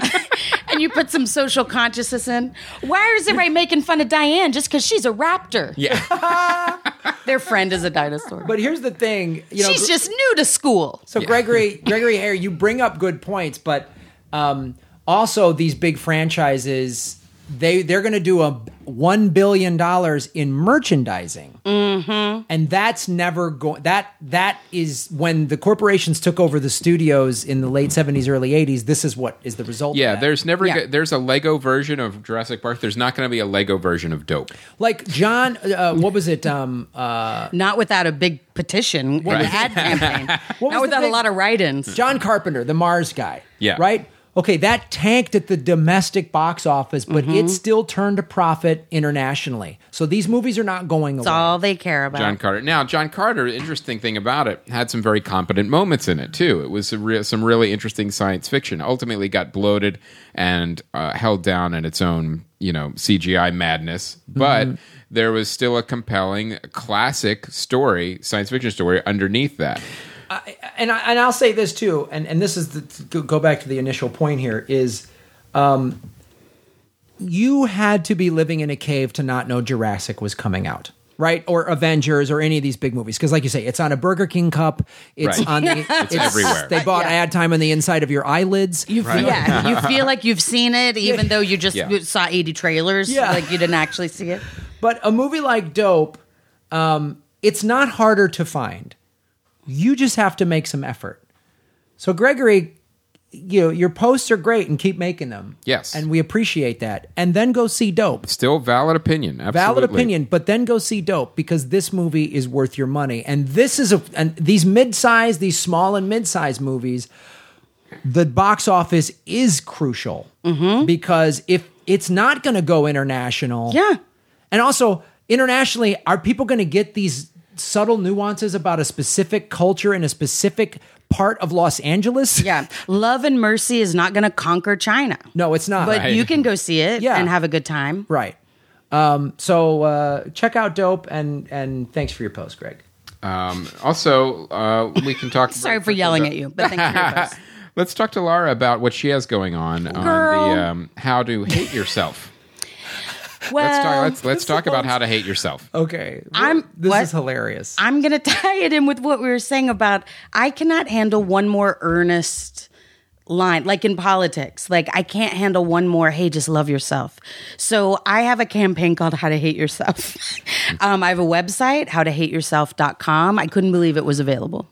Speaker 1: and you put some social consciousness in. Why is everybody making fun of Diane just because she's a raptor?
Speaker 3: Yeah,
Speaker 1: Their friend is a dinosaur.
Speaker 2: But here's the thing, you know,
Speaker 1: she's just new to school.
Speaker 2: So Gregory Gregory Hare, you bring up good points, but um, also these big franchises they they're going to do a one billion dollars in merchandising, and that's never going. That that is when the corporations took over the studios in the late seventies, early eighties. This is what is the result.
Speaker 3: yeah.
Speaker 2: of that.
Speaker 3: There's never.
Speaker 1: Yeah.
Speaker 3: go- There's a Lego version of Jurassic Park. There's not going to be a Lego version of Dope.
Speaker 2: like John. Uh, what was it? Um, uh,
Speaker 1: Not without a big petition and ad campaign.
Speaker 2: was the
Speaker 1: Not without
Speaker 2: big-
Speaker 1: a lot of write-ins.
Speaker 2: John Carpenter, the Mars guy.
Speaker 3: Yeah.
Speaker 2: Right? Okay, that tanked at the domestic box office, but
Speaker 3: Mm-hmm.
Speaker 2: it still turned a profit internationally. So these movies are not going
Speaker 1: That's
Speaker 2: away.
Speaker 1: all they care about.
Speaker 3: John Carter. Now, John Carter, interesting thing about it, had some very competent moments in it too. It was a re- some really interesting science fiction. Ultimately, got bloated and uh, held down in its own, you know, CGI madness. But
Speaker 1: Mm-hmm.
Speaker 3: there was still a compelling classic story, science fiction story underneath that.
Speaker 2: and I, and I'll say this too, and and this is the, to go- go back to the initial point here is, um, you had to be living in a cave to not know Jurassic was coming out. Right or Avengers or any of these big movies because, like you say, it's on a Burger King cup. It's
Speaker 3: Right.
Speaker 2: on the.
Speaker 3: It's everywhere.
Speaker 2: They bought
Speaker 1: Yeah.
Speaker 2: ad time on the inside of your eyelids.
Speaker 1: You feel, yeah, you feel like you've seen it, even though you just
Speaker 3: Yeah.
Speaker 1: saw eighty trailers,
Speaker 2: Yeah.
Speaker 1: like you didn't actually see it.
Speaker 2: But a movie like Dope, um, it's not harder to find. You just have to make some effort. So Gregory, you know, your posts are great and keep making them.
Speaker 3: Yes.
Speaker 2: And we appreciate that. And then go see Dope.
Speaker 3: Still valid opinion. Absolutely.
Speaker 2: Valid opinion, but then go see Dope because this movie is worth your money. And this is a and these mid-size, these small and mid-size movies, the box office is crucial because if it's not going to go international,
Speaker 1: Yeah.
Speaker 2: and also, internationally, are people going to get these subtle nuances about a specific culture in a specific part of Los Angeles?
Speaker 1: Yeah. Love and Mercy is not going to conquer China.
Speaker 2: No, it's not.
Speaker 1: But
Speaker 2: right.
Speaker 1: you can go see it
Speaker 2: Yeah.
Speaker 1: and have a good time.
Speaker 2: Um, so uh, check out Dope and and thanks for your post, Greg.
Speaker 3: Um, also, uh, we can talk.
Speaker 1: Sorry for yelling at you, but thank you. for your post.
Speaker 3: Let's talk to Laura about what she has going on on
Speaker 1: Girl.
Speaker 3: the um, how to hate yourself.
Speaker 1: Well,
Speaker 3: Let's talk. Let's, let's talk about how to hate yourself.
Speaker 2: Okay.
Speaker 1: I'm-
Speaker 2: this
Speaker 1: what?
Speaker 2: is hilarious.
Speaker 1: I'm going to tie it in with what we were saying about I cannot handle one more earnest line, like in politics. Like, I can't handle one more, hey, just love yourself. So, I have a campaign called How to Hate Yourself. um, I have a website, howtohateyourself.com. I couldn't believe it was available.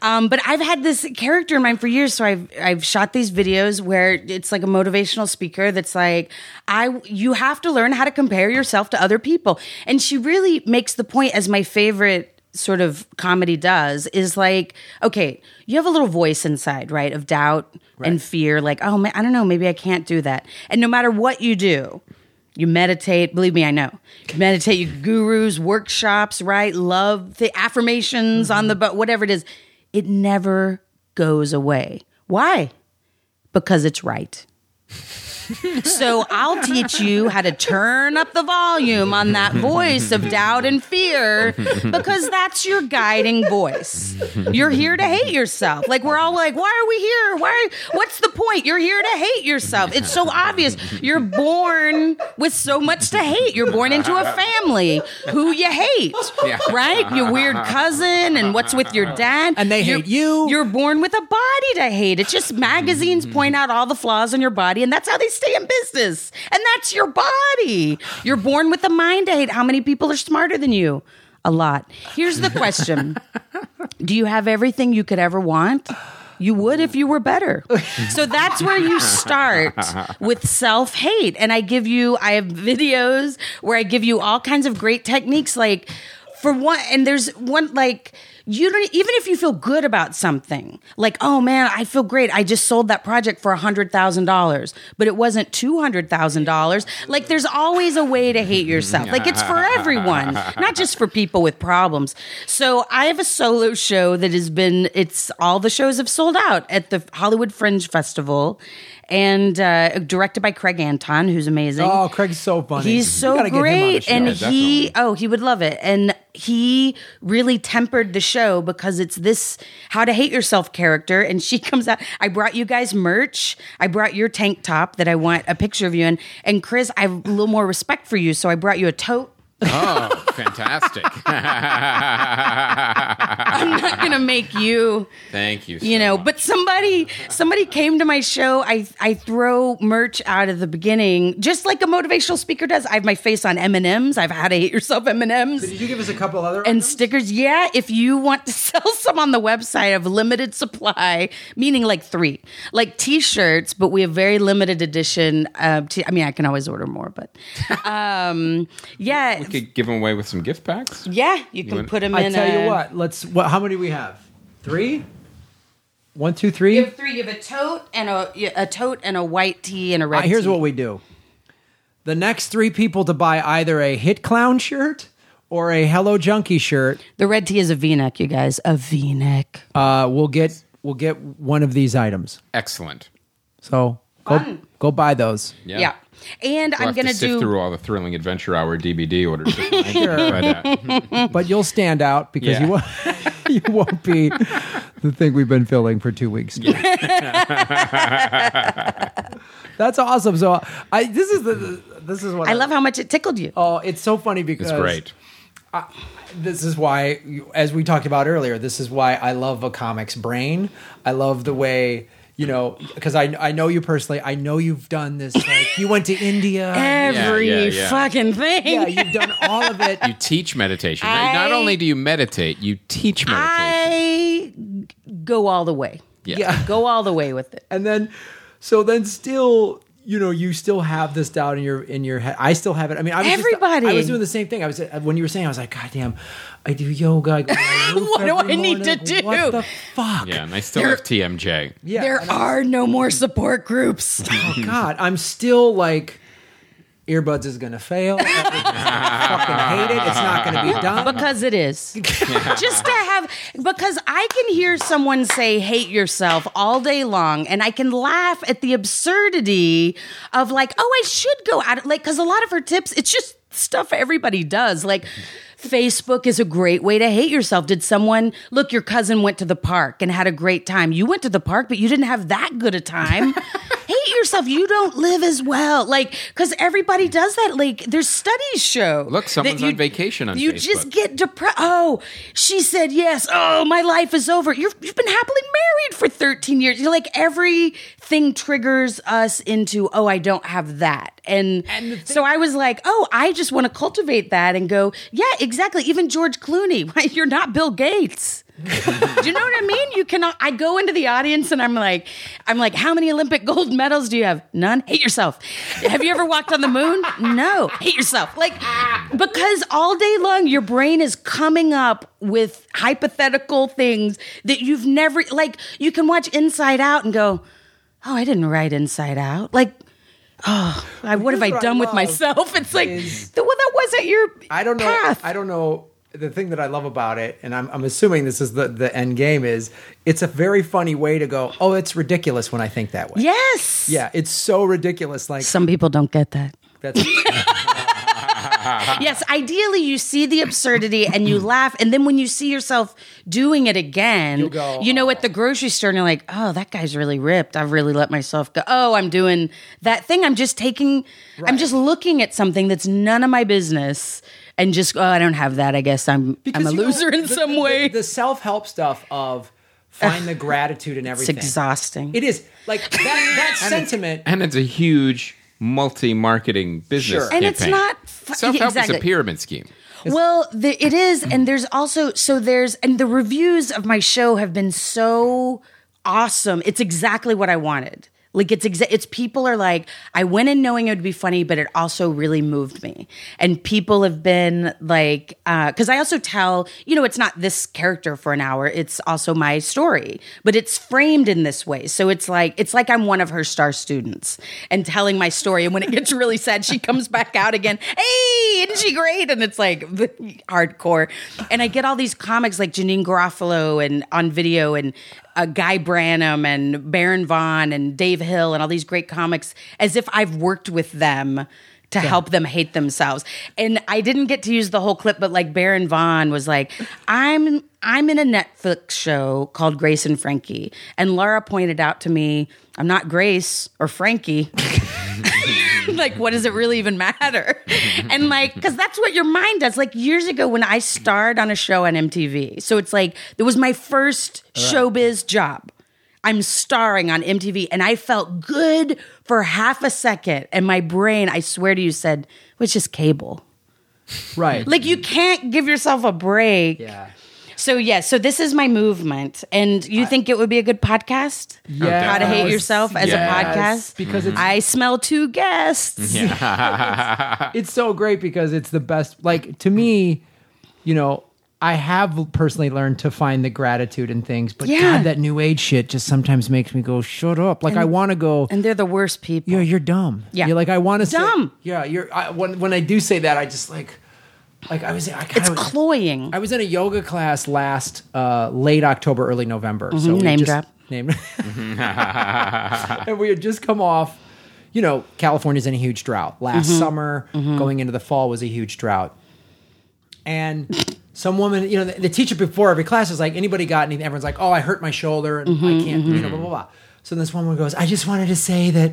Speaker 1: Um, but I've had this character in mind for years, so I've I've shot these videos where it's like a motivational speaker that's like, I you have to learn how to compare yourself to other people, and she really makes the point as my favorite sort of comedy does is like, okay, you have a little voice inside, right, of doubt and fear, like, oh man, I don't know, maybe I can't do that, and no matter what you do, you meditate. Believe me, I know. You meditate. You gurus, workshops, right? Love the affirmations on the but whatever it is, it never goes away. Why? Because it's right. so I'll teach you how to turn up the volume on that voice of doubt and fear because that's your guiding voice. You're here to hate yourself. Like we're all like, why are we here? Why what's the point? You're here to hate yourself. It's so obvious. You're born with so much to hate. You're born into a family who you hate. Right? Your weird cousin and what's with your dad.
Speaker 2: And they
Speaker 1: You're-
Speaker 2: hate you.
Speaker 1: You're born with a body to hate. It's just magazines point out all the flaws in your body, and that's how they stay in business. And that's your body. You're born with a mind to hate. How many people are smarter than you? A lot. Here's the question Do you have everything you could ever want? You would if you were better. So that's where you start with self hate. And I give you, I have videos where I give you all kinds of great techniques. Like, for one, and there's one, like, you don't, even if you feel good about something, like, oh man, I feel great. I just sold that project for $100,000, but it wasn't $200,000. Like, there's always a way to hate yourself. Like, it's for everyone, not just for people with problems. So, I have a solo show that has been, it's all the shows have sold out at the Hollywood Fringe Festival and uh, directed by Craig Anton, who's amazing.
Speaker 2: Oh, Craig's so funny.
Speaker 1: He's
Speaker 2: We
Speaker 1: so
Speaker 2: gotta get him on the
Speaker 1: great.
Speaker 2: show.
Speaker 1: And
Speaker 4: Yeah,
Speaker 1: he, oh, he would love it. And he really tempered the show because it's this how to hate yourself character. And she comes out. I brought you guys merch. I brought your tank top that I want a picture of you in. And Chris, I have a little more respect for you. So I brought you a tote.
Speaker 3: Oh, fantastic!
Speaker 1: I'm not going to make you.
Speaker 3: Thank you. So
Speaker 1: you know
Speaker 3: much.
Speaker 1: but somebody somebody came to my show i i throw merch out at the beginning just like a motivational speaker does i have my face on m&ms i've had to hate yourself m&ms
Speaker 2: Did you give us a couple other
Speaker 1: and stickers yeah if you want to sell some on the website of limited supply meaning like three like t-shirts but we have very limited edition uh, t- i mean i can always order more but um yeah
Speaker 4: You could give them away with some gift packs.
Speaker 1: yeah you can put them
Speaker 2: I
Speaker 1: in
Speaker 2: tell
Speaker 1: a,
Speaker 2: you what. Let's. What, how many do we have? Three. One, two, three. Uh,
Speaker 1: you have three you have a tote and a, a tote and a white tee and a red
Speaker 2: Uh, here's
Speaker 1: tee.
Speaker 2: what we do. The next three people to buy either a hit clown shirt or a hello junkie shirt,
Speaker 1: The red tea is a V-neck, you guys. A V-neck.
Speaker 2: uh, will get will get one of these items.
Speaker 3: excellent.
Speaker 2: So go, go buy those.
Speaker 1: yeah. And
Speaker 4: We'll
Speaker 1: I'm
Speaker 4: have to
Speaker 1: gonna
Speaker 4: sift
Speaker 1: do.
Speaker 4: through all the thrilling adventure hour DVD orders.
Speaker 2: Sure. but you'll stand out because you
Speaker 4: Yeah.
Speaker 2: won't you won't be the thing we've been filling for two weeks. That's awesome. So I this is the this is what
Speaker 1: I love how much it tickled you.
Speaker 2: Oh, it's so funny because
Speaker 4: it's great.
Speaker 2: this is why as we talked about earlier this is why i love a comic's brain i love the way you know because I, I know you personally i know you've done this like you went to india
Speaker 1: Every
Speaker 3: yeah, yeah.
Speaker 1: fucking thing.
Speaker 2: yeah you've done all of it
Speaker 3: You teach meditation.
Speaker 1: I-
Speaker 3: Not only do you meditate, you teach meditation.
Speaker 1: I go all the way.
Speaker 2: yeah
Speaker 1: Go all the way with it.
Speaker 2: and then so then still you know you still have this doubt in your in your head i still have it i mean I was just-
Speaker 1: Everybody.
Speaker 2: i was doing the same thing i was uh, when you were saying i was like god damn i do yoga I go to my roof
Speaker 1: What do
Speaker 2: every
Speaker 1: I need
Speaker 2: morning.
Speaker 1: to
Speaker 2: what
Speaker 1: do?
Speaker 2: the fuck
Speaker 3: yeah, and I still have TMJ.
Speaker 2: Yeah,
Speaker 1: there
Speaker 2: and I-
Speaker 1: are no more support groups.
Speaker 2: God, I'm still like, earbuds is gonna fail. I fucking hate it. It's not gonna be done.
Speaker 1: because it is. Just to have, because I can hear someone say, hate yourself all day long, and I can laugh at the absurdity of, like, oh, I should go out. Like, because a lot of her tips, it's just stuff everybody does. Like, Facebook is a great way to hate yourself. Did someone look? Your cousin went to the park and had a great time. You went to the park, but you didn't have that good a time. hate yourself. You don't live as well. Like, because everybody does that. Like, there's studies show
Speaker 3: Look, someone's
Speaker 1: that you-
Speaker 3: on vacation on
Speaker 1: you
Speaker 3: Facebook.
Speaker 1: just get depressed. Oh, she said yes. Oh, my life is over. You're, you've been happily married for 13 years. You're like everything triggers us into, oh, I don't have that. And, so I was like, oh, I just want to cultivate that and go, yeah, exactly. Even George Clooney, Why, you're not Bill Gates. do you know what I mean? You cannot. I go into the audience and I'm like, I'm like, how many Olympic gold medals do you have? None. Hate yourself. Have you ever walked on the moon? No. Hate yourself. Like, because all day long your brain is coming up with hypothetical things that you've never like. You can watch Inside Out and go, oh, I didn't write Inside Out. Like. Oh, I, what have
Speaker 2: Here's
Speaker 1: I
Speaker 2: what I
Speaker 1: done with
Speaker 2: love
Speaker 1: myself? It's like,
Speaker 2: is-
Speaker 1: well, that wasn't your
Speaker 2: I don't know.
Speaker 1: path.
Speaker 2: I don't know. The thing that I love about it, and I'm, I'm assuming this is the, the end game, is it's a very funny way to go. Oh, it's ridiculous when I think that way.
Speaker 1: yes.
Speaker 2: Yeah, it's so ridiculous. Like
Speaker 1: Some people don't get that.
Speaker 2: that's
Speaker 1: yes, ideally you see the absurdity and you laugh, and then when you see yourself doing it again, you,
Speaker 2: go, "Oh."
Speaker 1: know, at the grocery store, and you're like, "Oh, that guy's really ripped. I've really let myself go. Oh, I'm doing that thing. I'm just taking. I'm just looking at something that's none of my business, and just oh, I don't have that. I guess I'm I'm a
Speaker 2: you know,
Speaker 1: loser in
Speaker 2: the-
Speaker 1: some
Speaker 2: the-
Speaker 1: way.
Speaker 2: The, self help stuff of find the gratitude in
Speaker 1: it's
Speaker 2: everything.
Speaker 1: exhausting.
Speaker 2: It is like that, that sentiment.
Speaker 3: and it's a huge multi-marketing business
Speaker 2: Sure.
Speaker 1: And it's
Speaker 3: campaign.
Speaker 1: not fu-
Speaker 3: self-help is
Speaker 1: exactly.
Speaker 3: a pyramid scheme
Speaker 1: Well, the, it is, and there's also so there's and the reviews of my show have been so awesome. It's exactly what I wanted. Like it's exa- it's people are like I went in knowing it would be funny, but it also really moved me. And people have been like, because I also tell you know it's not this character for an hour; it's also my story, but it's framed in this way. So it's like it's like I'm one of her star students and telling my story. And when it gets really sad, she comes back out again. Hey, isn't she great? And it's like hardcore. And I get all these comics like Janine Garofalo and on video and uh, Guy Branum and Baron Vaughn and Dave Hill and all these great comics as if I've worked with them to help them hate themselves. And I didn't get to use the whole clip, but like Baron Vaughn was like, I'm I'm in a Netflix show called Grace and Frankie. And Laura pointed out to me, I'm not Grace or Frankie. like what does it really even matter and like because that's what your mind does like years ago when i starred on a show on mtv so it's like it was my first showbiz job i'm starring on mtv and i felt good for half a second and my brain i swear to you said it was just cable
Speaker 2: Right.
Speaker 1: like you can't give yourself a break
Speaker 2: yeah.
Speaker 1: so yeah so this is my movement and you think it would be a good podcast
Speaker 2: Yeah.
Speaker 1: how to h
Speaker 2: Yes,
Speaker 1: hate yourself as
Speaker 2: yes, Mm-hmm.
Speaker 1: a podcast
Speaker 2: because it's
Speaker 1: i smell two guests
Speaker 2: it's so great because it's the best like to me you know i have personally learned to find the gratitude in things but
Speaker 1: Yeah.
Speaker 2: god that new age shit just sometimes makes me go shut up like i want to go
Speaker 1: and they're the worst people
Speaker 2: yeah you're dumb
Speaker 1: Yeah.
Speaker 2: you're like i want to
Speaker 1: Dumb.
Speaker 2: say, yeah you're I, when, when i do say that i just like like i was i
Speaker 1: It's
Speaker 2: kind of
Speaker 1: cloying.
Speaker 2: I was in a yoga class last uh, late October, early November. So we
Speaker 1: Mm-hmm. Name
Speaker 2: just-
Speaker 1: drop.
Speaker 2: Name. and we had just come off. You know, California's in a huge drought. Last
Speaker 1: Mm-hmm.
Speaker 2: summer, going into the fall, was a huge drought. And some woman, you know, the, the teacher before every class is like, anybody got anything? Everyone's like, oh, I hurt my shoulder and
Speaker 3: Mm-hmm,
Speaker 2: I can't, you know, blah blah blah. So this woman goes, I just wanted to say that,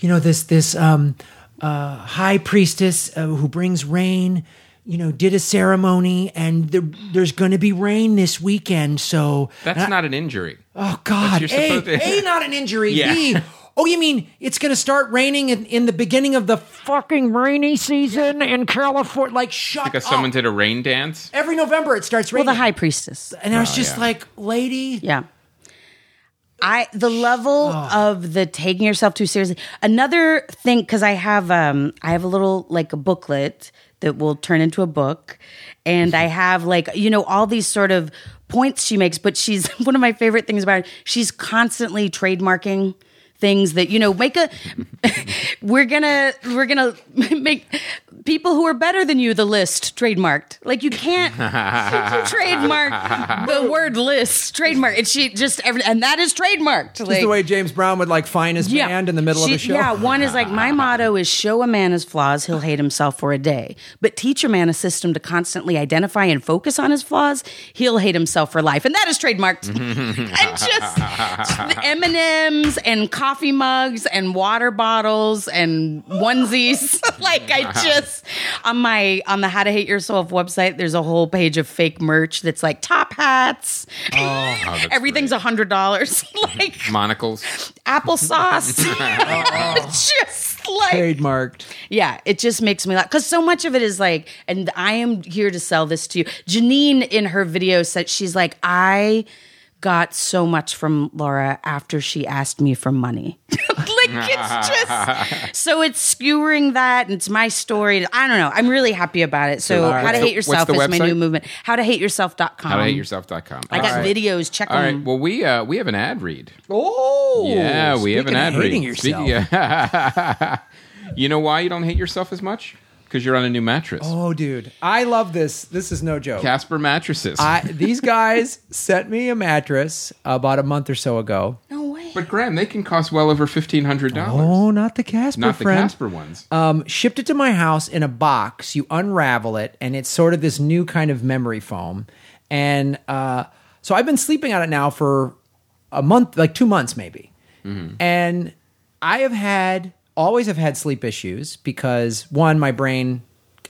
Speaker 2: you know, this this um, uh, high priestess uh, who brings rain, you know, did a ceremony, and there, there's going to be rain this weekend. So
Speaker 3: That's
Speaker 2: and I-
Speaker 3: not an injury.
Speaker 2: Oh God!
Speaker 3: you're
Speaker 2: A,
Speaker 3: supposed to-
Speaker 2: A, not an injury.
Speaker 3: Yeah.
Speaker 2: B, oh, you mean it's going to start raining in, in the beginning of the fucking rainy season in California? Like, shut
Speaker 3: Because
Speaker 2: up!
Speaker 1: Oh.
Speaker 3: someone did a rain dance.
Speaker 2: Every November it starts
Speaker 1: well,
Speaker 2: raining.
Speaker 1: the high priestess.
Speaker 2: and I was just like, lady,
Speaker 1: Yeah. I the level
Speaker 2: Oh.
Speaker 1: of the taking yourself too seriously. Another thing, because I have um I have a little like a booklet that will turn into a book, and I have like you know all these sort of points she makes. But she's one of my favorite things about her. She's constantly trademarking things that you know make a we're gonna we're gonna make people who are better than you the list trademarked like you can't trademark the word list trademark and she just every and that is trademarked like
Speaker 2: This is the way James Brown would like find his band in the middle
Speaker 1: She-
Speaker 2: of a show.
Speaker 1: yeah one is like my motto is show a man his flaws he'll hate himself for a day but teach a man a system to constantly identify and focus on his flaws he'll hate himself for life and that is trademarked and just the m&ms and coffee mugs and water bottles and onesies like i just on my on the how to hate yourself website there's a whole page of fake merch that's like top hats
Speaker 2: Oh,
Speaker 1: everything's a hundred dollars like
Speaker 3: Monocles.
Speaker 1: applesauce just like
Speaker 2: Trademarked.
Speaker 1: yeah it just makes me laugh because so much of it is like and i am here to sell this to you janine in her video said she's like i got so much from laura after she asked me for money like it's just so it's skewering that and it's my story i don't know i'm really happy about it so how to
Speaker 3: what's the-
Speaker 1: hate yourself is
Speaker 3: what's the
Speaker 1: my
Speaker 3: website?
Speaker 1: new movement how to hate yourself.com
Speaker 3: How to hate yourself.com.
Speaker 1: Um, i got
Speaker 3: All right.
Speaker 1: videos check
Speaker 3: All
Speaker 1: them
Speaker 2: Um,
Speaker 3: right. Well, we uh, we have an ad read.
Speaker 2: Oh,
Speaker 3: yeah, we have an
Speaker 2: speaking of
Speaker 3: ad read.
Speaker 2: hating yourself.
Speaker 3: Speaking- you know why you don't hate yourself as much? Because you're on a new mattress.
Speaker 2: oh, dude, I love this. This is no joke.
Speaker 3: Casper mattresses.
Speaker 2: I, these guys sent me a mattress about a month or so ago.
Speaker 1: no way
Speaker 3: but Graham, they can cost well over fifteen hundred dollars.
Speaker 2: Oh, not the Casper
Speaker 3: Not the
Speaker 2: friend.
Speaker 3: Casper ones.
Speaker 2: Um, shipped it to my house in a box. You unravel it, and it's sort of this new kind of memory foam. And uh, so I've been sleeping on it now for a month, like two months maybe. And I have had, always have had sleep issues because one, my brain,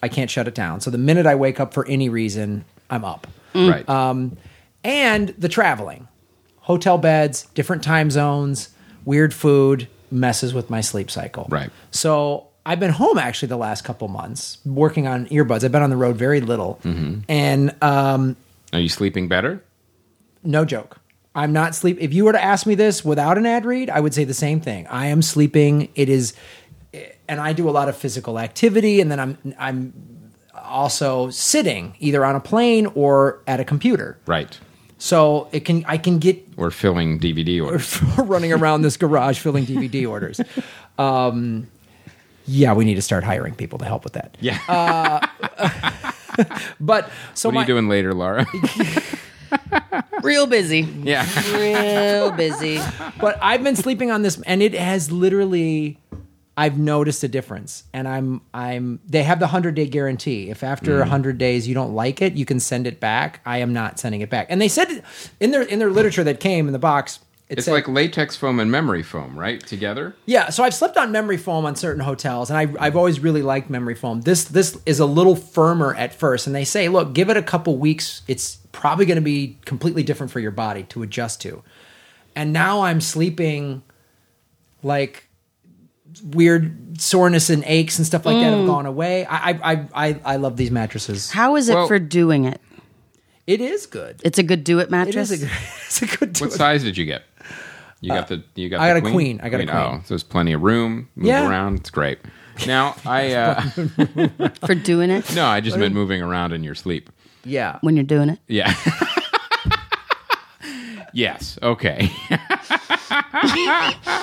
Speaker 2: I can't shut it down. So the minute I wake up for any reason, I'm up.
Speaker 3: Right.
Speaker 2: Um, and the traveling, hotel beds, different time zones, weird food messes with my sleep cycle.
Speaker 3: Right.
Speaker 2: So I've been home actually the last couple months working on earbuds. I've been on the road very little, and um,
Speaker 3: Are you sleeping better?
Speaker 2: no joke. I'm not sleep. If you were to ask me this without an ad read, I would say the same thing. I am sleeping. It is, eh, and I do a lot of physical activity, and then I'm I'm also sitting either on a plane or at a computer.
Speaker 3: Right.
Speaker 2: So it can I can get
Speaker 3: We're filling DVD orders.
Speaker 2: running around this garage filling DVD orders. Um, yeah, we need to start hiring people to help with that.
Speaker 3: Yeah.
Speaker 2: But so
Speaker 3: what
Speaker 2: Uh, my,
Speaker 3: are you doing later, Laura?
Speaker 1: Real busy.
Speaker 3: yeah.
Speaker 1: Real busy.
Speaker 2: but I've been sleeping on this, and it has literally. I've noticed a difference, and I'm I'm. They have the hundred day guarantee. If after
Speaker 3: Mm.
Speaker 2: a hundred days you don't like it, you can send it back. I am not sending it back. And they said in their in their literature that came in the box. It
Speaker 3: It's
Speaker 2: said,
Speaker 3: like latex foam and memory foam, right? Together?
Speaker 2: Yeah, so I've slept on memory foam on certain hotels, and I, I've always really liked memory foam. This this is a little firmer at first, and they say, look, give it a couple weeks. It's probably going to be completely different for your body to adjust to. And now I'm sleeping like weird soreness and aches and stuff like that have gone away. I I I, I, I love these mattresses.
Speaker 1: How is it
Speaker 3: Well-
Speaker 1: for doing it?
Speaker 2: It is good.
Speaker 1: It's a good do it
Speaker 2: It
Speaker 1: mattress.
Speaker 2: is a good. It's a good.
Speaker 3: What size did you get? You got the you got.
Speaker 2: Uh, I
Speaker 3: the
Speaker 2: got a queen. I got a queen.
Speaker 3: Oh, so there's plenty of room. Move
Speaker 2: Yeah.
Speaker 3: around. It's great. Now I uh,
Speaker 1: for doing it
Speaker 3: no, I just meant moving around in your sleep.
Speaker 2: yeah.
Speaker 1: when you're doing it.
Speaker 3: Yeah. yes. Okay.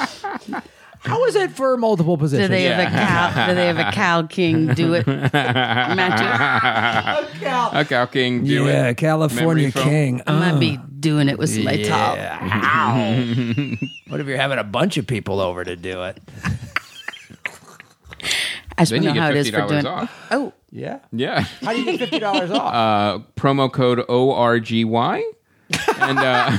Speaker 2: How is it for multiple
Speaker 1: Do
Speaker 2: positions?
Speaker 1: they have a cow? Do they have a cow king do it mattress?
Speaker 3: Okay. I'll King. Do it.
Speaker 2: yeah, California
Speaker 3: Memory foam.
Speaker 2: King.
Speaker 1: I might be doing it with my top.
Speaker 2: What if you're having a bunch of people over to do it?
Speaker 1: I just
Speaker 3: Then you
Speaker 1: know
Speaker 3: get
Speaker 1: how it is
Speaker 3: fifty
Speaker 1: for doing.
Speaker 3: dollars off.
Speaker 1: Oh,
Speaker 2: Yeah.
Speaker 3: Yeah.
Speaker 2: How do you get fifty dollars off?
Speaker 3: Promo code O R G Y. And uh,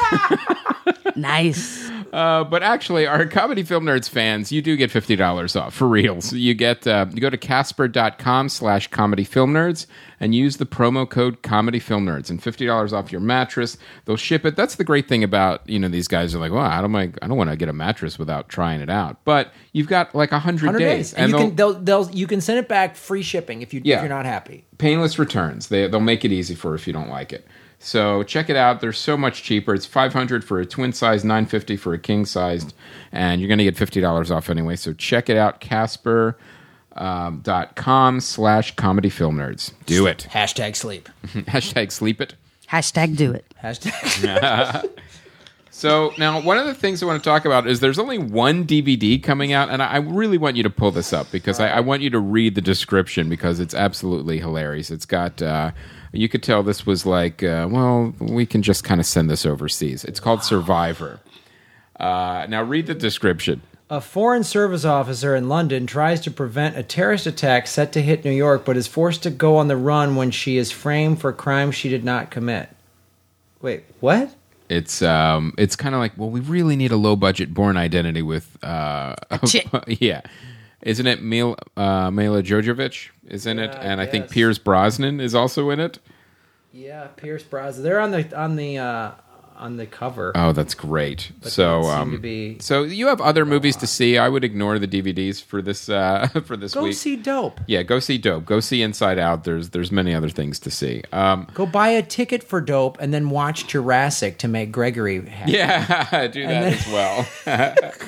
Speaker 1: nice.
Speaker 3: uh, but actually, our comedy film nerds fans, you do get fifty dollars off for real. So you get uh, you go to casper.com slash comedy film nerds and use the promo code comedy film nerds and fifty dollars off your mattress. They'll ship it. That's the great thing about you know these guys are like, well, I don't like, I don't want to get a mattress without trying it out. But you've got like hundred
Speaker 2: Hundred
Speaker 3: days,
Speaker 2: days, and, you
Speaker 3: they'll-
Speaker 2: can they'll, they'll you can send it back free shipping if you
Speaker 3: Yeah.
Speaker 2: if you're not happy.
Speaker 3: painless returns. They they'll make it easy for if you don't like it. So check it out. They're so much cheaper. It's five hundred for a twin size, nine fifty for a king sized, and you're gonna get fifty dollars off anyway. So check it out, Casper. Um, dot com slash comedy film nerds. Do it.
Speaker 2: Hashtag sleep.
Speaker 3: Hashtag sleep it.
Speaker 1: Hashtag do it.
Speaker 2: Hashtag.
Speaker 3: So now, one of the things I want to talk about is there's only one DVD coming out, and I I really want you to pull this up because I, I want you to read the description because it's absolutely hilarious. It's got uh, you could tell this was like, uh, well, we can just kind of send this overseas. It's called Survivor. Uh, now, read the description.
Speaker 2: a foreign service officer in London tries to prevent a terrorist attack set to hit New York, but is forced to go on the run when she is framed for crimes she did not commit. Wait, what?
Speaker 3: It's um, it's kind of like, well, we really need a low budget Born Identity with uh,
Speaker 1: chick.
Speaker 3: yeah. Isn't it Mil, uh, Mila Jojovic? Is in it,
Speaker 2: Yeah, I
Speaker 3: and I think
Speaker 2: guess.
Speaker 3: Pierce Brosnan is also in it.
Speaker 2: Yeah, Pierce Brosnan. They're on the on the uh, on the cover.
Speaker 3: Oh, that's great.
Speaker 2: it
Speaker 3: so,
Speaker 2: seemed
Speaker 3: um,
Speaker 2: to be-
Speaker 3: so you have other movies to see. I would ignore the DVDs for this uh, for this
Speaker 2: go
Speaker 3: week.
Speaker 2: see Dope.
Speaker 3: yeah, go see Dope. Go see Inside Out. There's there's many other things to see. Um,
Speaker 2: Go buy a ticket for dope and then watch Jurassic to make Gregory happy.
Speaker 3: yeah, do that as well.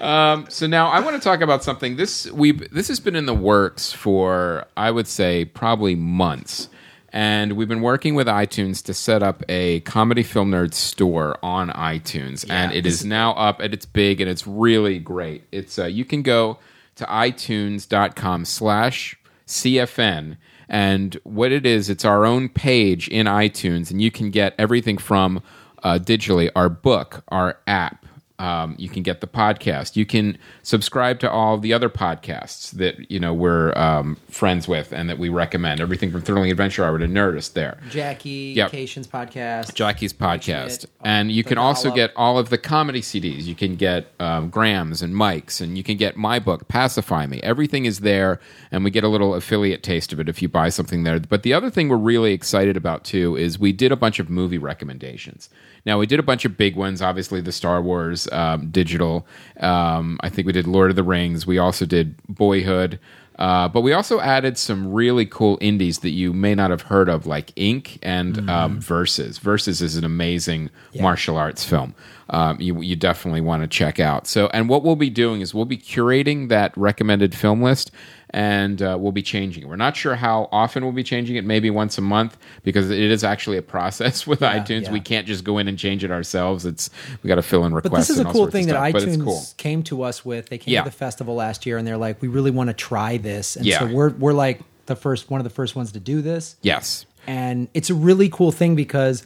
Speaker 3: um, so now I want to talk about something. This we this has been in the works for I would say probably months, and we've been working with iTunes to set up a comedy film nerd store on iTunes, and it is now up and it's big and it's really great. It's uh, you can go to iTunes.com slash CFN. And what it is, it's our own page in iTunes, and you can get everything from uh, digitally our book, our app. Um, you can get the podcast. You can subscribe to all the other podcasts that you know we're um, friends with and that we recommend. Everything from Thrilling Adventure Hour to Nerdist there.
Speaker 2: Jackie
Speaker 3: Yep.
Speaker 2: Cation's podcast.
Speaker 3: Jackie's podcast,
Speaker 2: It, uh,
Speaker 3: and you
Speaker 2: the
Speaker 3: can also
Speaker 2: Dollop.
Speaker 3: get all of the comedy CDs. You can get um, Grams and Mike's, and you can get my book, Pacify Me. Everything is there, and we get a little affiliate taste of it if you buy something there. But the other thing we're really excited about too is we did a bunch of movie recommendations. Now we did a bunch of big ones, obviously the Star Wars Movies um, digital. Um, I think we did Lord of the Rings. We also did Boyhood. Uh, but we also added some really cool indies that you may not have heard of, like Ink and
Speaker 2: Mm-hmm.
Speaker 3: um, Versus. Versus is an amazing martial arts film. Um, you, you definitely want to check out. So, and what we'll be doing is we'll be curating that recommended film list, and uh, we'll be changing it. We're not sure how often we'll be changing it. Maybe once a month, because it is actually a process with iTunes.
Speaker 2: yeah.
Speaker 3: We can't just go in and change it ourselves. It's we got to fill in requests.
Speaker 2: But this is a
Speaker 3: and all
Speaker 2: cool
Speaker 3: sorts of
Speaker 2: thing that
Speaker 3: stuff, but it's
Speaker 2: iTunes
Speaker 3: cool.
Speaker 2: came to us with. They came
Speaker 3: Yeah.
Speaker 2: to the festival last year and they're like, we really want to try this. And
Speaker 3: Yeah.
Speaker 2: so we're, we're like the first, one of the first ones to do this.
Speaker 3: Yes.
Speaker 2: and it's a really cool thing because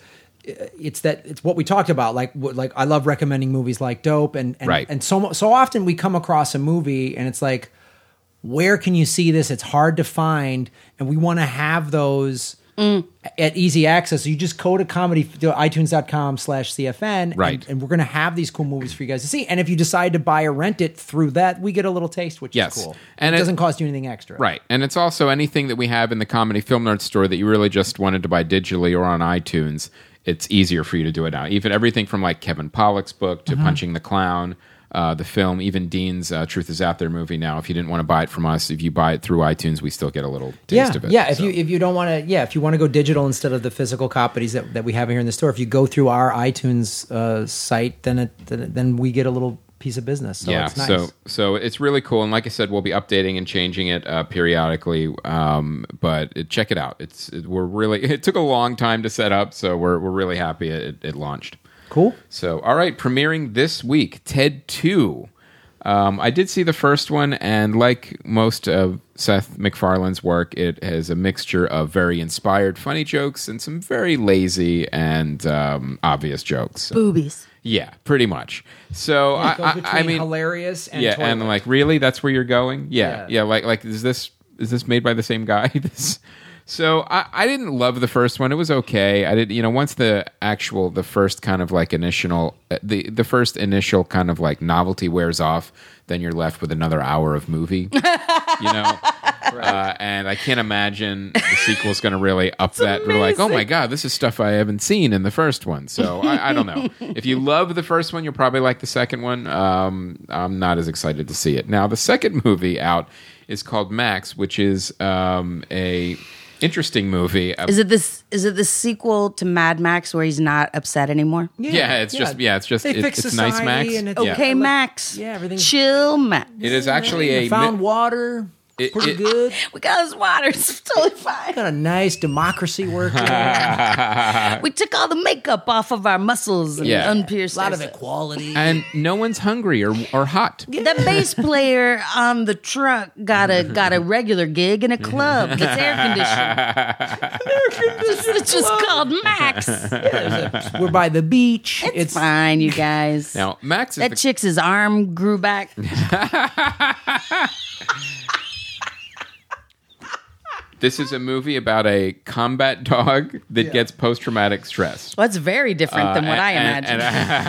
Speaker 2: uh, it's that it's what we talked about like what- like I love recommending movies like Dope and and,
Speaker 3: Right.
Speaker 2: and so mu- so often we come across a movie and it's like where can you see this it's hard to find and we want to have those
Speaker 3: Mm.
Speaker 2: at easy access so you just go to comedy to itunes.com slash cfn
Speaker 3: Right.
Speaker 2: and, and we're going to have these cool movies for you guys to see and if you decide to buy or rent it through that we get a little taste which
Speaker 3: Yes.
Speaker 2: is cool
Speaker 3: And
Speaker 2: it,
Speaker 3: it-
Speaker 2: doesn't cost you anything extra
Speaker 3: Right. And it's also anything that we have in the Comedy Film Nerd store that you really just wanted to buy digitally or on iTunes, it's easier for you to do it now. Even everything from like Kevin Pollock's book
Speaker 2: Uh-huh.
Speaker 3: to Punching the Clown, uh, the film, even Dean's uh, Truth is Out There movie now. If you didn't want to buy it from us, if you buy it through iTunes, we still get a little taste
Speaker 2: yeah,
Speaker 3: of it.
Speaker 2: Yeah, if
Speaker 3: So-
Speaker 2: you if you don't want to, yeah, if you want to go digital instead of the physical copies that, that we have here in the store, if you go through our iTunes uh, site, then it then, it- then we get a little piece of business. So
Speaker 3: yeah,
Speaker 2: it's nice.
Speaker 3: so so it's really cool, and like I said, we'll be updating and changing it uh, periodically. Um, but it, check it out; it's it, we're really it took a long time to set up, so we're we're really happy it, it launched.
Speaker 2: cool.
Speaker 3: So, all right, premiering this week, Ted 2. Um, I did see the first one, and like most of Seth MacFarlane's work, it has a mixture of very inspired, funny jokes and some very lazy and um, obvious jokes.
Speaker 1: Boobies.
Speaker 3: Yeah, pretty much. So, I,
Speaker 2: Go
Speaker 3: I-
Speaker 2: between
Speaker 3: I, mean,
Speaker 2: hilarious and
Speaker 3: yeah,
Speaker 2: toilet.
Speaker 3: and like, really, that's where you're going? Yeah,
Speaker 2: Yeah.
Speaker 3: yeah, Like, like is this is this made by the same guy? this. So I, I didn't love the first one. It was okay. I did, you know, once the actual the first kind of like initial uh, the the first initial kind of like novelty wears off, then you're left with another hour of movie. you know. Uh, and I can't imagine the sequel's going to really up that. We're like, oh my god, this is stuff I haven't seen in the first one. So I, I don't know. if you love the first one, you'll probably like the second one. Um, I'm not as excited to see it. Now, the second movie out is called Max, which is um, a interesting movie. Uh,
Speaker 1: Is it this? Is it the sequel to Mad Max where he's not upset anymore?
Speaker 3: yeah, it's just- yeah, it's just-
Speaker 2: they
Speaker 3: it-
Speaker 2: fix
Speaker 3: it's nice,
Speaker 2: society
Speaker 3: Max.
Speaker 2: and it's-
Speaker 1: Okay,
Speaker 2: like-
Speaker 1: Max.
Speaker 2: yeah, everything's-
Speaker 1: Chill, Max.
Speaker 3: it is actually a
Speaker 2: I found
Speaker 3: mi-
Speaker 2: water.
Speaker 3: It-
Speaker 2: pretty
Speaker 3: it-
Speaker 2: good.
Speaker 1: We got his water. It's totally fine.
Speaker 2: Got a nice democracy working. a
Speaker 1: We took all the makeup off of our muscles and
Speaker 3: Yeah.
Speaker 1: unpierced.
Speaker 2: lot of
Speaker 1: ourselves.
Speaker 2: equality.
Speaker 3: and no one's hungry or or hot.
Speaker 1: The bass player on the truck got a got a regular gig in a club. It's air conditioned. it's just called Max. It's
Speaker 2: We're by the beach. It's,
Speaker 1: fine, you guys.
Speaker 3: Now, Max is
Speaker 1: that
Speaker 3: the
Speaker 1: chick's his arm grew back.
Speaker 3: This is a movie about a combat dog that gets post traumatic stress.
Speaker 1: Well, that's very different than what I
Speaker 3: Uh, And-
Speaker 1: imagined.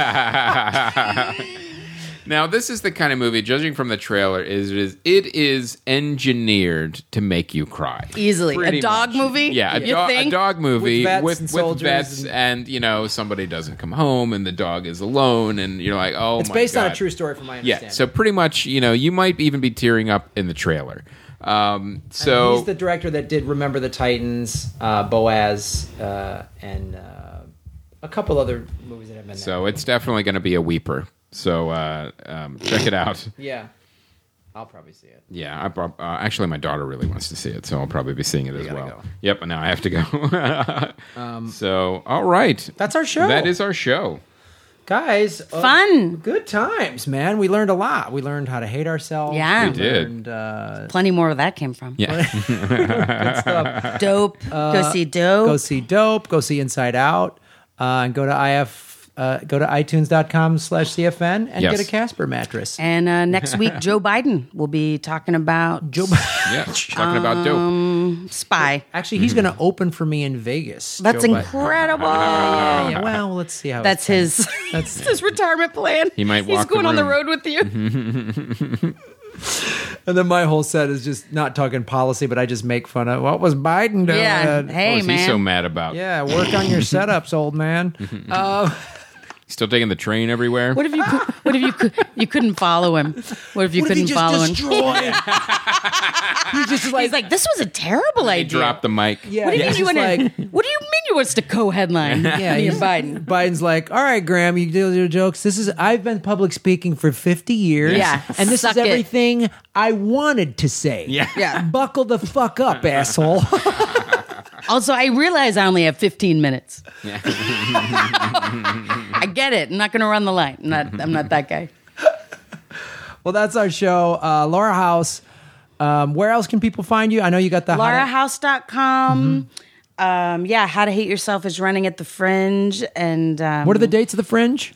Speaker 3: and- now, this is the kind of movie, judging from the trailer, is it is it is engineered to make you cry.
Speaker 1: Easily.
Speaker 3: Pretty
Speaker 1: a dog
Speaker 3: much.
Speaker 1: movie?
Speaker 3: Yeah, a,
Speaker 1: you
Speaker 3: dog- a
Speaker 1: think?
Speaker 3: dog movie
Speaker 2: With vets
Speaker 3: with
Speaker 2: and
Speaker 3: with,
Speaker 2: soldiers
Speaker 3: vets and,
Speaker 2: and-
Speaker 3: you know somebody doesn't come home and the dog is alone and you're like, oh,
Speaker 2: it's based on a
Speaker 3: God.
Speaker 2: true story from my understanding.
Speaker 3: Yeah, so pretty much, you know, you might even be tearing up in the trailer. Um, so
Speaker 2: he's the director that did Remember the Titans, uh, Boaz, uh, and uh, a couple other movies that have been there.
Speaker 3: So it's definitely going to be a weeper. So uh, um, check it out.
Speaker 2: Yeah. I'll probably see it.
Speaker 3: Yeah, I, prob- uh, actually, my daughter really wants to see it, so I'll probably be seeing it as
Speaker 2: gotta
Speaker 3: well.
Speaker 2: go. Um,
Speaker 3: Yep, and now I have to go. so, all right,
Speaker 2: That's our show.
Speaker 3: That is our show.
Speaker 2: Guys, uh,
Speaker 1: Fun.
Speaker 2: Good times, man. We learned a lot. We learned how to hate ourselves.
Speaker 1: Yeah. We
Speaker 3: did.
Speaker 2: learned, uh,
Speaker 1: Plenty more where that came from.
Speaker 3: Yeah,
Speaker 1: Dope. go see Dope.
Speaker 2: Uh, go see Dope. Go see Inside Out. Uh, and go to IF. Uh, go to iTunes.com slash CFN and
Speaker 3: Yes.
Speaker 2: get a Casper mattress.
Speaker 1: and uh, next week, Joe Biden will be talking about Joe
Speaker 3: yeah. Talking about
Speaker 2: Um,
Speaker 3: dope.
Speaker 1: spy.
Speaker 2: Actually, he's
Speaker 3: Mm-hmm.
Speaker 2: going to open for me in Vegas.
Speaker 1: That's
Speaker 2: Joe Biden.
Speaker 1: incredible.
Speaker 2: Yeah, well, let's see how it
Speaker 1: That's his.
Speaker 2: That's-
Speaker 1: That's his retirement plan. He
Speaker 3: might
Speaker 1: He's
Speaker 3: walk the
Speaker 1: going on the
Speaker 3: room.
Speaker 1: road with you.
Speaker 2: And then my whole set is just not talking policy, but I just make fun of what was Biden doing.
Speaker 1: Yeah. Hey,
Speaker 3: what Oh, is
Speaker 1: man.
Speaker 3: he so mad about?
Speaker 2: Yeah, work on your setups, old man. Uh,
Speaker 3: Still taking the train everywhere.
Speaker 1: What if you? cou- What if you? cou- You couldn't follow him. What if you
Speaker 2: What if
Speaker 1: couldn't
Speaker 2: he just
Speaker 1: follow him?
Speaker 2: destroyed? he just like,
Speaker 1: He's like, this was a terrible
Speaker 3: They
Speaker 1: idea.
Speaker 3: drop the mic.
Speaker 2: yeah.
Speaker 1: What do you
Speaker 2: he's
Speaker 1: mean you want
Speaker 2: just
Speaker 1: to?
Speaker 2: like,
Speaker 1: what do you mean you want us to co-headline?
Speaker 2: Yeah,
Speaker 1: me
Speaker 2: he's-
Speaker 1: and Biden.
Speaker 2: Biden's like, all right, Graham, you do your jokes. This is I've been public speaking for fifty years,
Speaker 1: Yeah,
Speaker 2: and this
Speaker 1: suck
Speaker 2: is
Speaker 1: it."
Speaker 2: everything I wanted to say.
Speaker 3: Yeah.
Speaker 1: Yeah.
Speaker 2: buckle the fuck up, asshole.
Speaker 1: Also, I realize I only have 15 minutes. I get it. I'm not going to run the line. I'm not. I'm not that guy.
Speaker 2: well, that's our show, uh, Laura House. Um, where else can people find you? I know you got the how to- Mm-hmm.
Speaker 1: LauraHouse.com. Um, yeah, How to Hate Yourself is running at the Fringe, and um,
Speaker 2: What are the dates of the Fringe?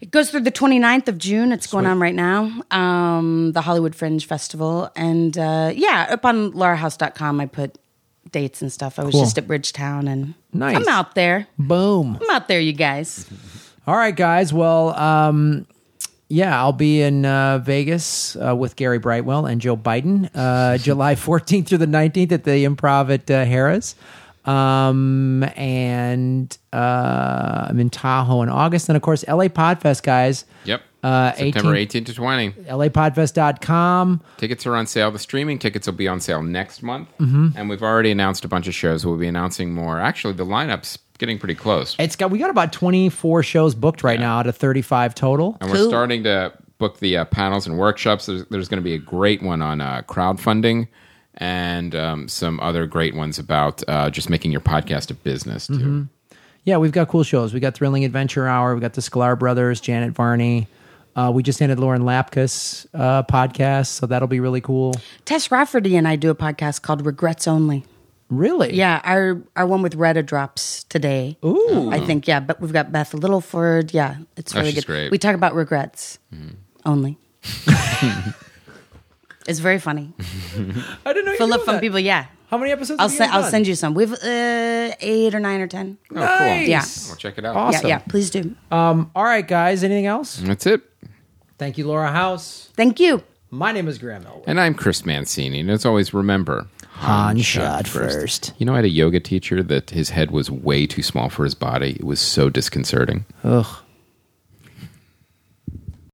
Speaker 1: It goes through the 29th of June. It's going on right now. Um, the Hollywood Fringe Festival. And uh, yeah, up on laurahouse.com, I put dates and stuff. I was
Speaker 2: Cool.
Speaker 1: just at Bridgetown and
Speaker 2: Nice.
Speaker 1: I'm out there.
Speaker 2: Boom.
Speaker 1: I'm out there, you guys.
Speaker 2: All right, guys. Well, um, yeah, I'll be in uh, Vegas uh, with Gary Brightwell and Joe Biden uh, July 14th through the 19th at the Improv at uh, Harris. Um, and uh, I'm in Tahoe in August. And of course, LA Podfest, guys.
Speaker 3: Yep.
Speaker 2: Uh,
Speaker 3: September
Speaker 2: 18th,
Speaker 3: 18 to 20.
Speaker 2: LAPodfest.com.
Speaker 3: Tickets are on sale. The streaming tickets will be on sale next month.
Speaker 2: Mm-hmm.
Speaker 3: And we've already announced a bunch of shows. We'll be announcing more. Actually, the lineup's getting pretty close.
Speaker 2: It's got we got about 24 shows booked right now out of 35 total.
Speaker 3: And we're starting to book the uh, panels and workshops. There's, there's going to be a great one on uh, crowdfunding and um, some other great ones about uh, just making your podcast a business, too.
Speaker 2: Mm-hmm. Yeah, we've got cool shows. We got Thrilling Adventure Hour. We got the Sklar Brothers, Janet Varney. Uh, we just ended Lauren Lapkus uh, podcast, so that'll be really cool.
Speaker 1: Tess Rafferty and I do a podcast called Regrets Only.
Speaker 2: Really?
Speaker 1: Yeah, our our one with Retta drops today. Ooh. I think, yeah, but we've got Beth Littleford. Yeah, it's
Speaker 3: Oh,
Speaker 1: really
Speaker 3: she's
Speaker 1: good.
Speaker 3: great. Mm-hmm.
Speaker 1: We talk about regrets only. it's very funny.
Speaker 2: I didn't know.
Speaker 1: Full of fun people, yeah.
Speaker 2: How many episodes?
Speaker 1: I'll send. I'll send you some. We've uh, eight or nine or ten.
Speaker 3: Oh,
Speaker 2: Nice.
Speaker 3: cool.
Speaker 1: Yeah.
Speaker 3: Well, check it out.
Speaker 2: Awesome.
Speaker 1: Yeah, yeah. Please do.
Speaker 2: Um, All right, guys. Anything else?
Speaker 3: That's it.
Speaker 2: Thank you, Laura House.
Speaker 1: Thank you.
Speaker 2: My name is Graham Elwood.
Speaker 3: And I'm Chris Mancini. And as always, remember
Speaker 2: On shot first.
Speaker 3: you know, I had a yoga teacher that his head was way too small for his body. It was so disconcerting.
Speaker 2: Ugh.